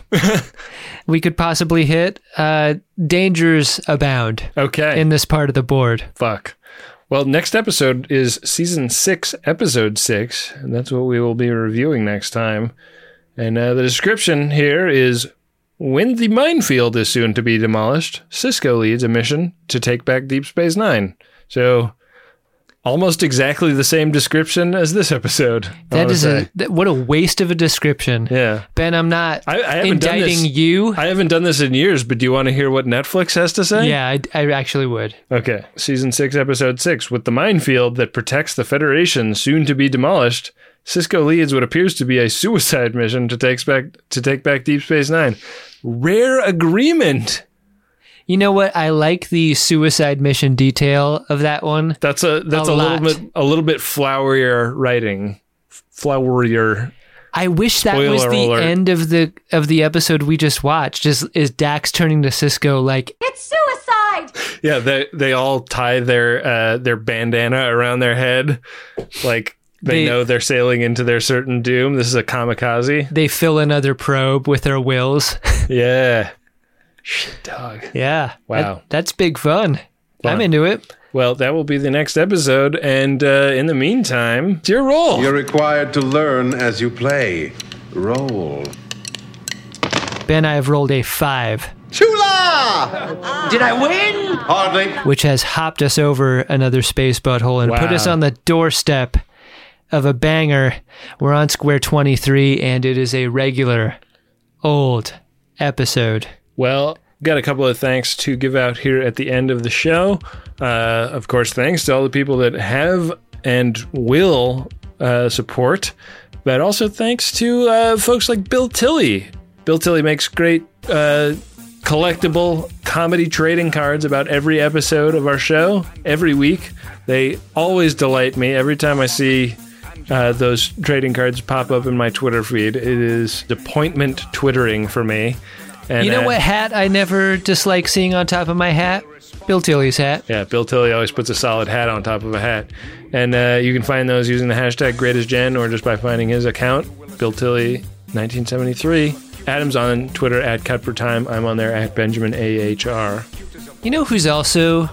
D: we could possibly hit. Uh, dangers abound.
E: Okay.
D: In this part of the board.
E: Fuck. Well, next episode is season six, episode six, and that's what we will be reviewing next time. And uh, the description here is when the minefield is soon to be demolished, Cisco leads a mission to take back Deep Space Nine. So, almost exactly the same description as this episode. I
D: That
E: wanna
D: is
E: say.
D: a that, what a waste of a description.
E: Yeah.
D: Ben, I'm not
E: I, I haven't done
D: indicting
E: this,
D: you.
E: I haven't done this in years, but do you want to hear what Netflix has to say?
D: Yeah, I, I actually would.
E: Okay. Season 6, Episode 6. With the minefield that protects the Federation soon to be demolished, Cisco leads what appears to be a suicide mission to take back, to take back Deep Space Nine. Rare agreement.
D: You know what? I like the suicide mission detail of that one.
E: That's a That's a,
D: lot.
E: little bit a little bbit flowerier writing. Flowerier.
D: I wish that was
E: Spoiler
D: the
E: alert.
D: end of the of the episode we just watched. Is is Dax turning to Cisco like
N: It's suicide!
E: Yeah, they they all tie their uh, their bandana around their head, like they,
D: They-
E: know they're sailing into their certain doom. This is a kamikaze.
D: they fill another probe with their wills?
E: yeah. Shit, dog.
D: yeah.
E: Wow.
D: That- that's big fun. I'm into it.
E: Well, that will be the next episode, and uh, in the meantime, it's your roll.
O: You're required to learn as you play. Roll.
D: Ben, I have rolled a five,
O: Chula! Did I win? Hardly.
D: which has hopped us over another space butthole and put
O: Wow.
D: us on the doorstep of a banger. We're on square twenty three, and it is a regular old episode.
E: Well, got a couple of thanks to give out here at the end of the show. Uh, of course, thanks to all the people that have and will uh, support, but also thanks to uh, folks like Bill Tilly. Bill Tilly makes great uh, collectible comedy trading cards about every episode of our show every week. They always delight me every time I see uh, those trading cards pop up in my Twitter feed. It is appointment twittering for me. And
D: you know
E: uh,
D: what hat I never dislike seeing on top of my hat? Bill Tilly's hat.
E: Yeah, Bill Tilly always puts a solid hat on top of a hat. And uh, you can find those using the hashtag GreatestGen or just by finding his account, Bill Tilly 1973. Adam's on Twitter at CutForTime. I'm on there at Benjamin AHR.
D: You know who's also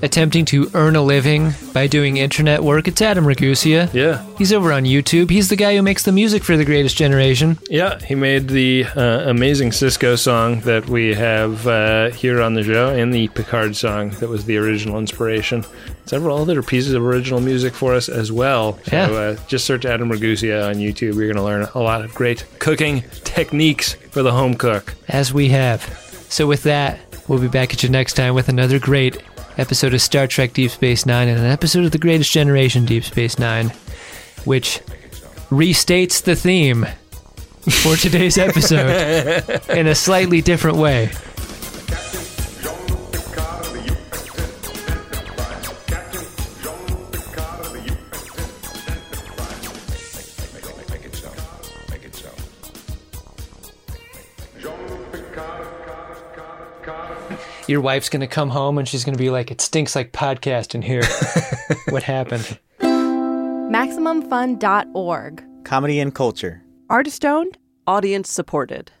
D: attempting to earn a living by doing internet work? It's Adam Ragusia.
E: Yeah.
D: He's over on YouTube. He's the guy who makes the music for The Greatest Generation.
E: Yeah, he made the uh, amazing Cisco song that we have uh, here on the show and the Picard song that was the original inspiration. Several other pieces of original music for us as well. So
D: Yeah.
E: uh, just search Adam Ragusia on YouTube. You're going to learn a lot of great cooking techniques for the home cook.
D: As we have. So, with that, we'll be back at you next time with another great episode of Star Trek Deep Space Nine and an episode of The Greatest Generation Deep Space Nine, which restates the theme for today's episode in a slightly different way. Your wife's going to come home and she's going to be like, it stinks like podcast in here. what happened?
P: MaximumFun.org.
Q: Comedy and culture.
P: Artist owned, audience supported.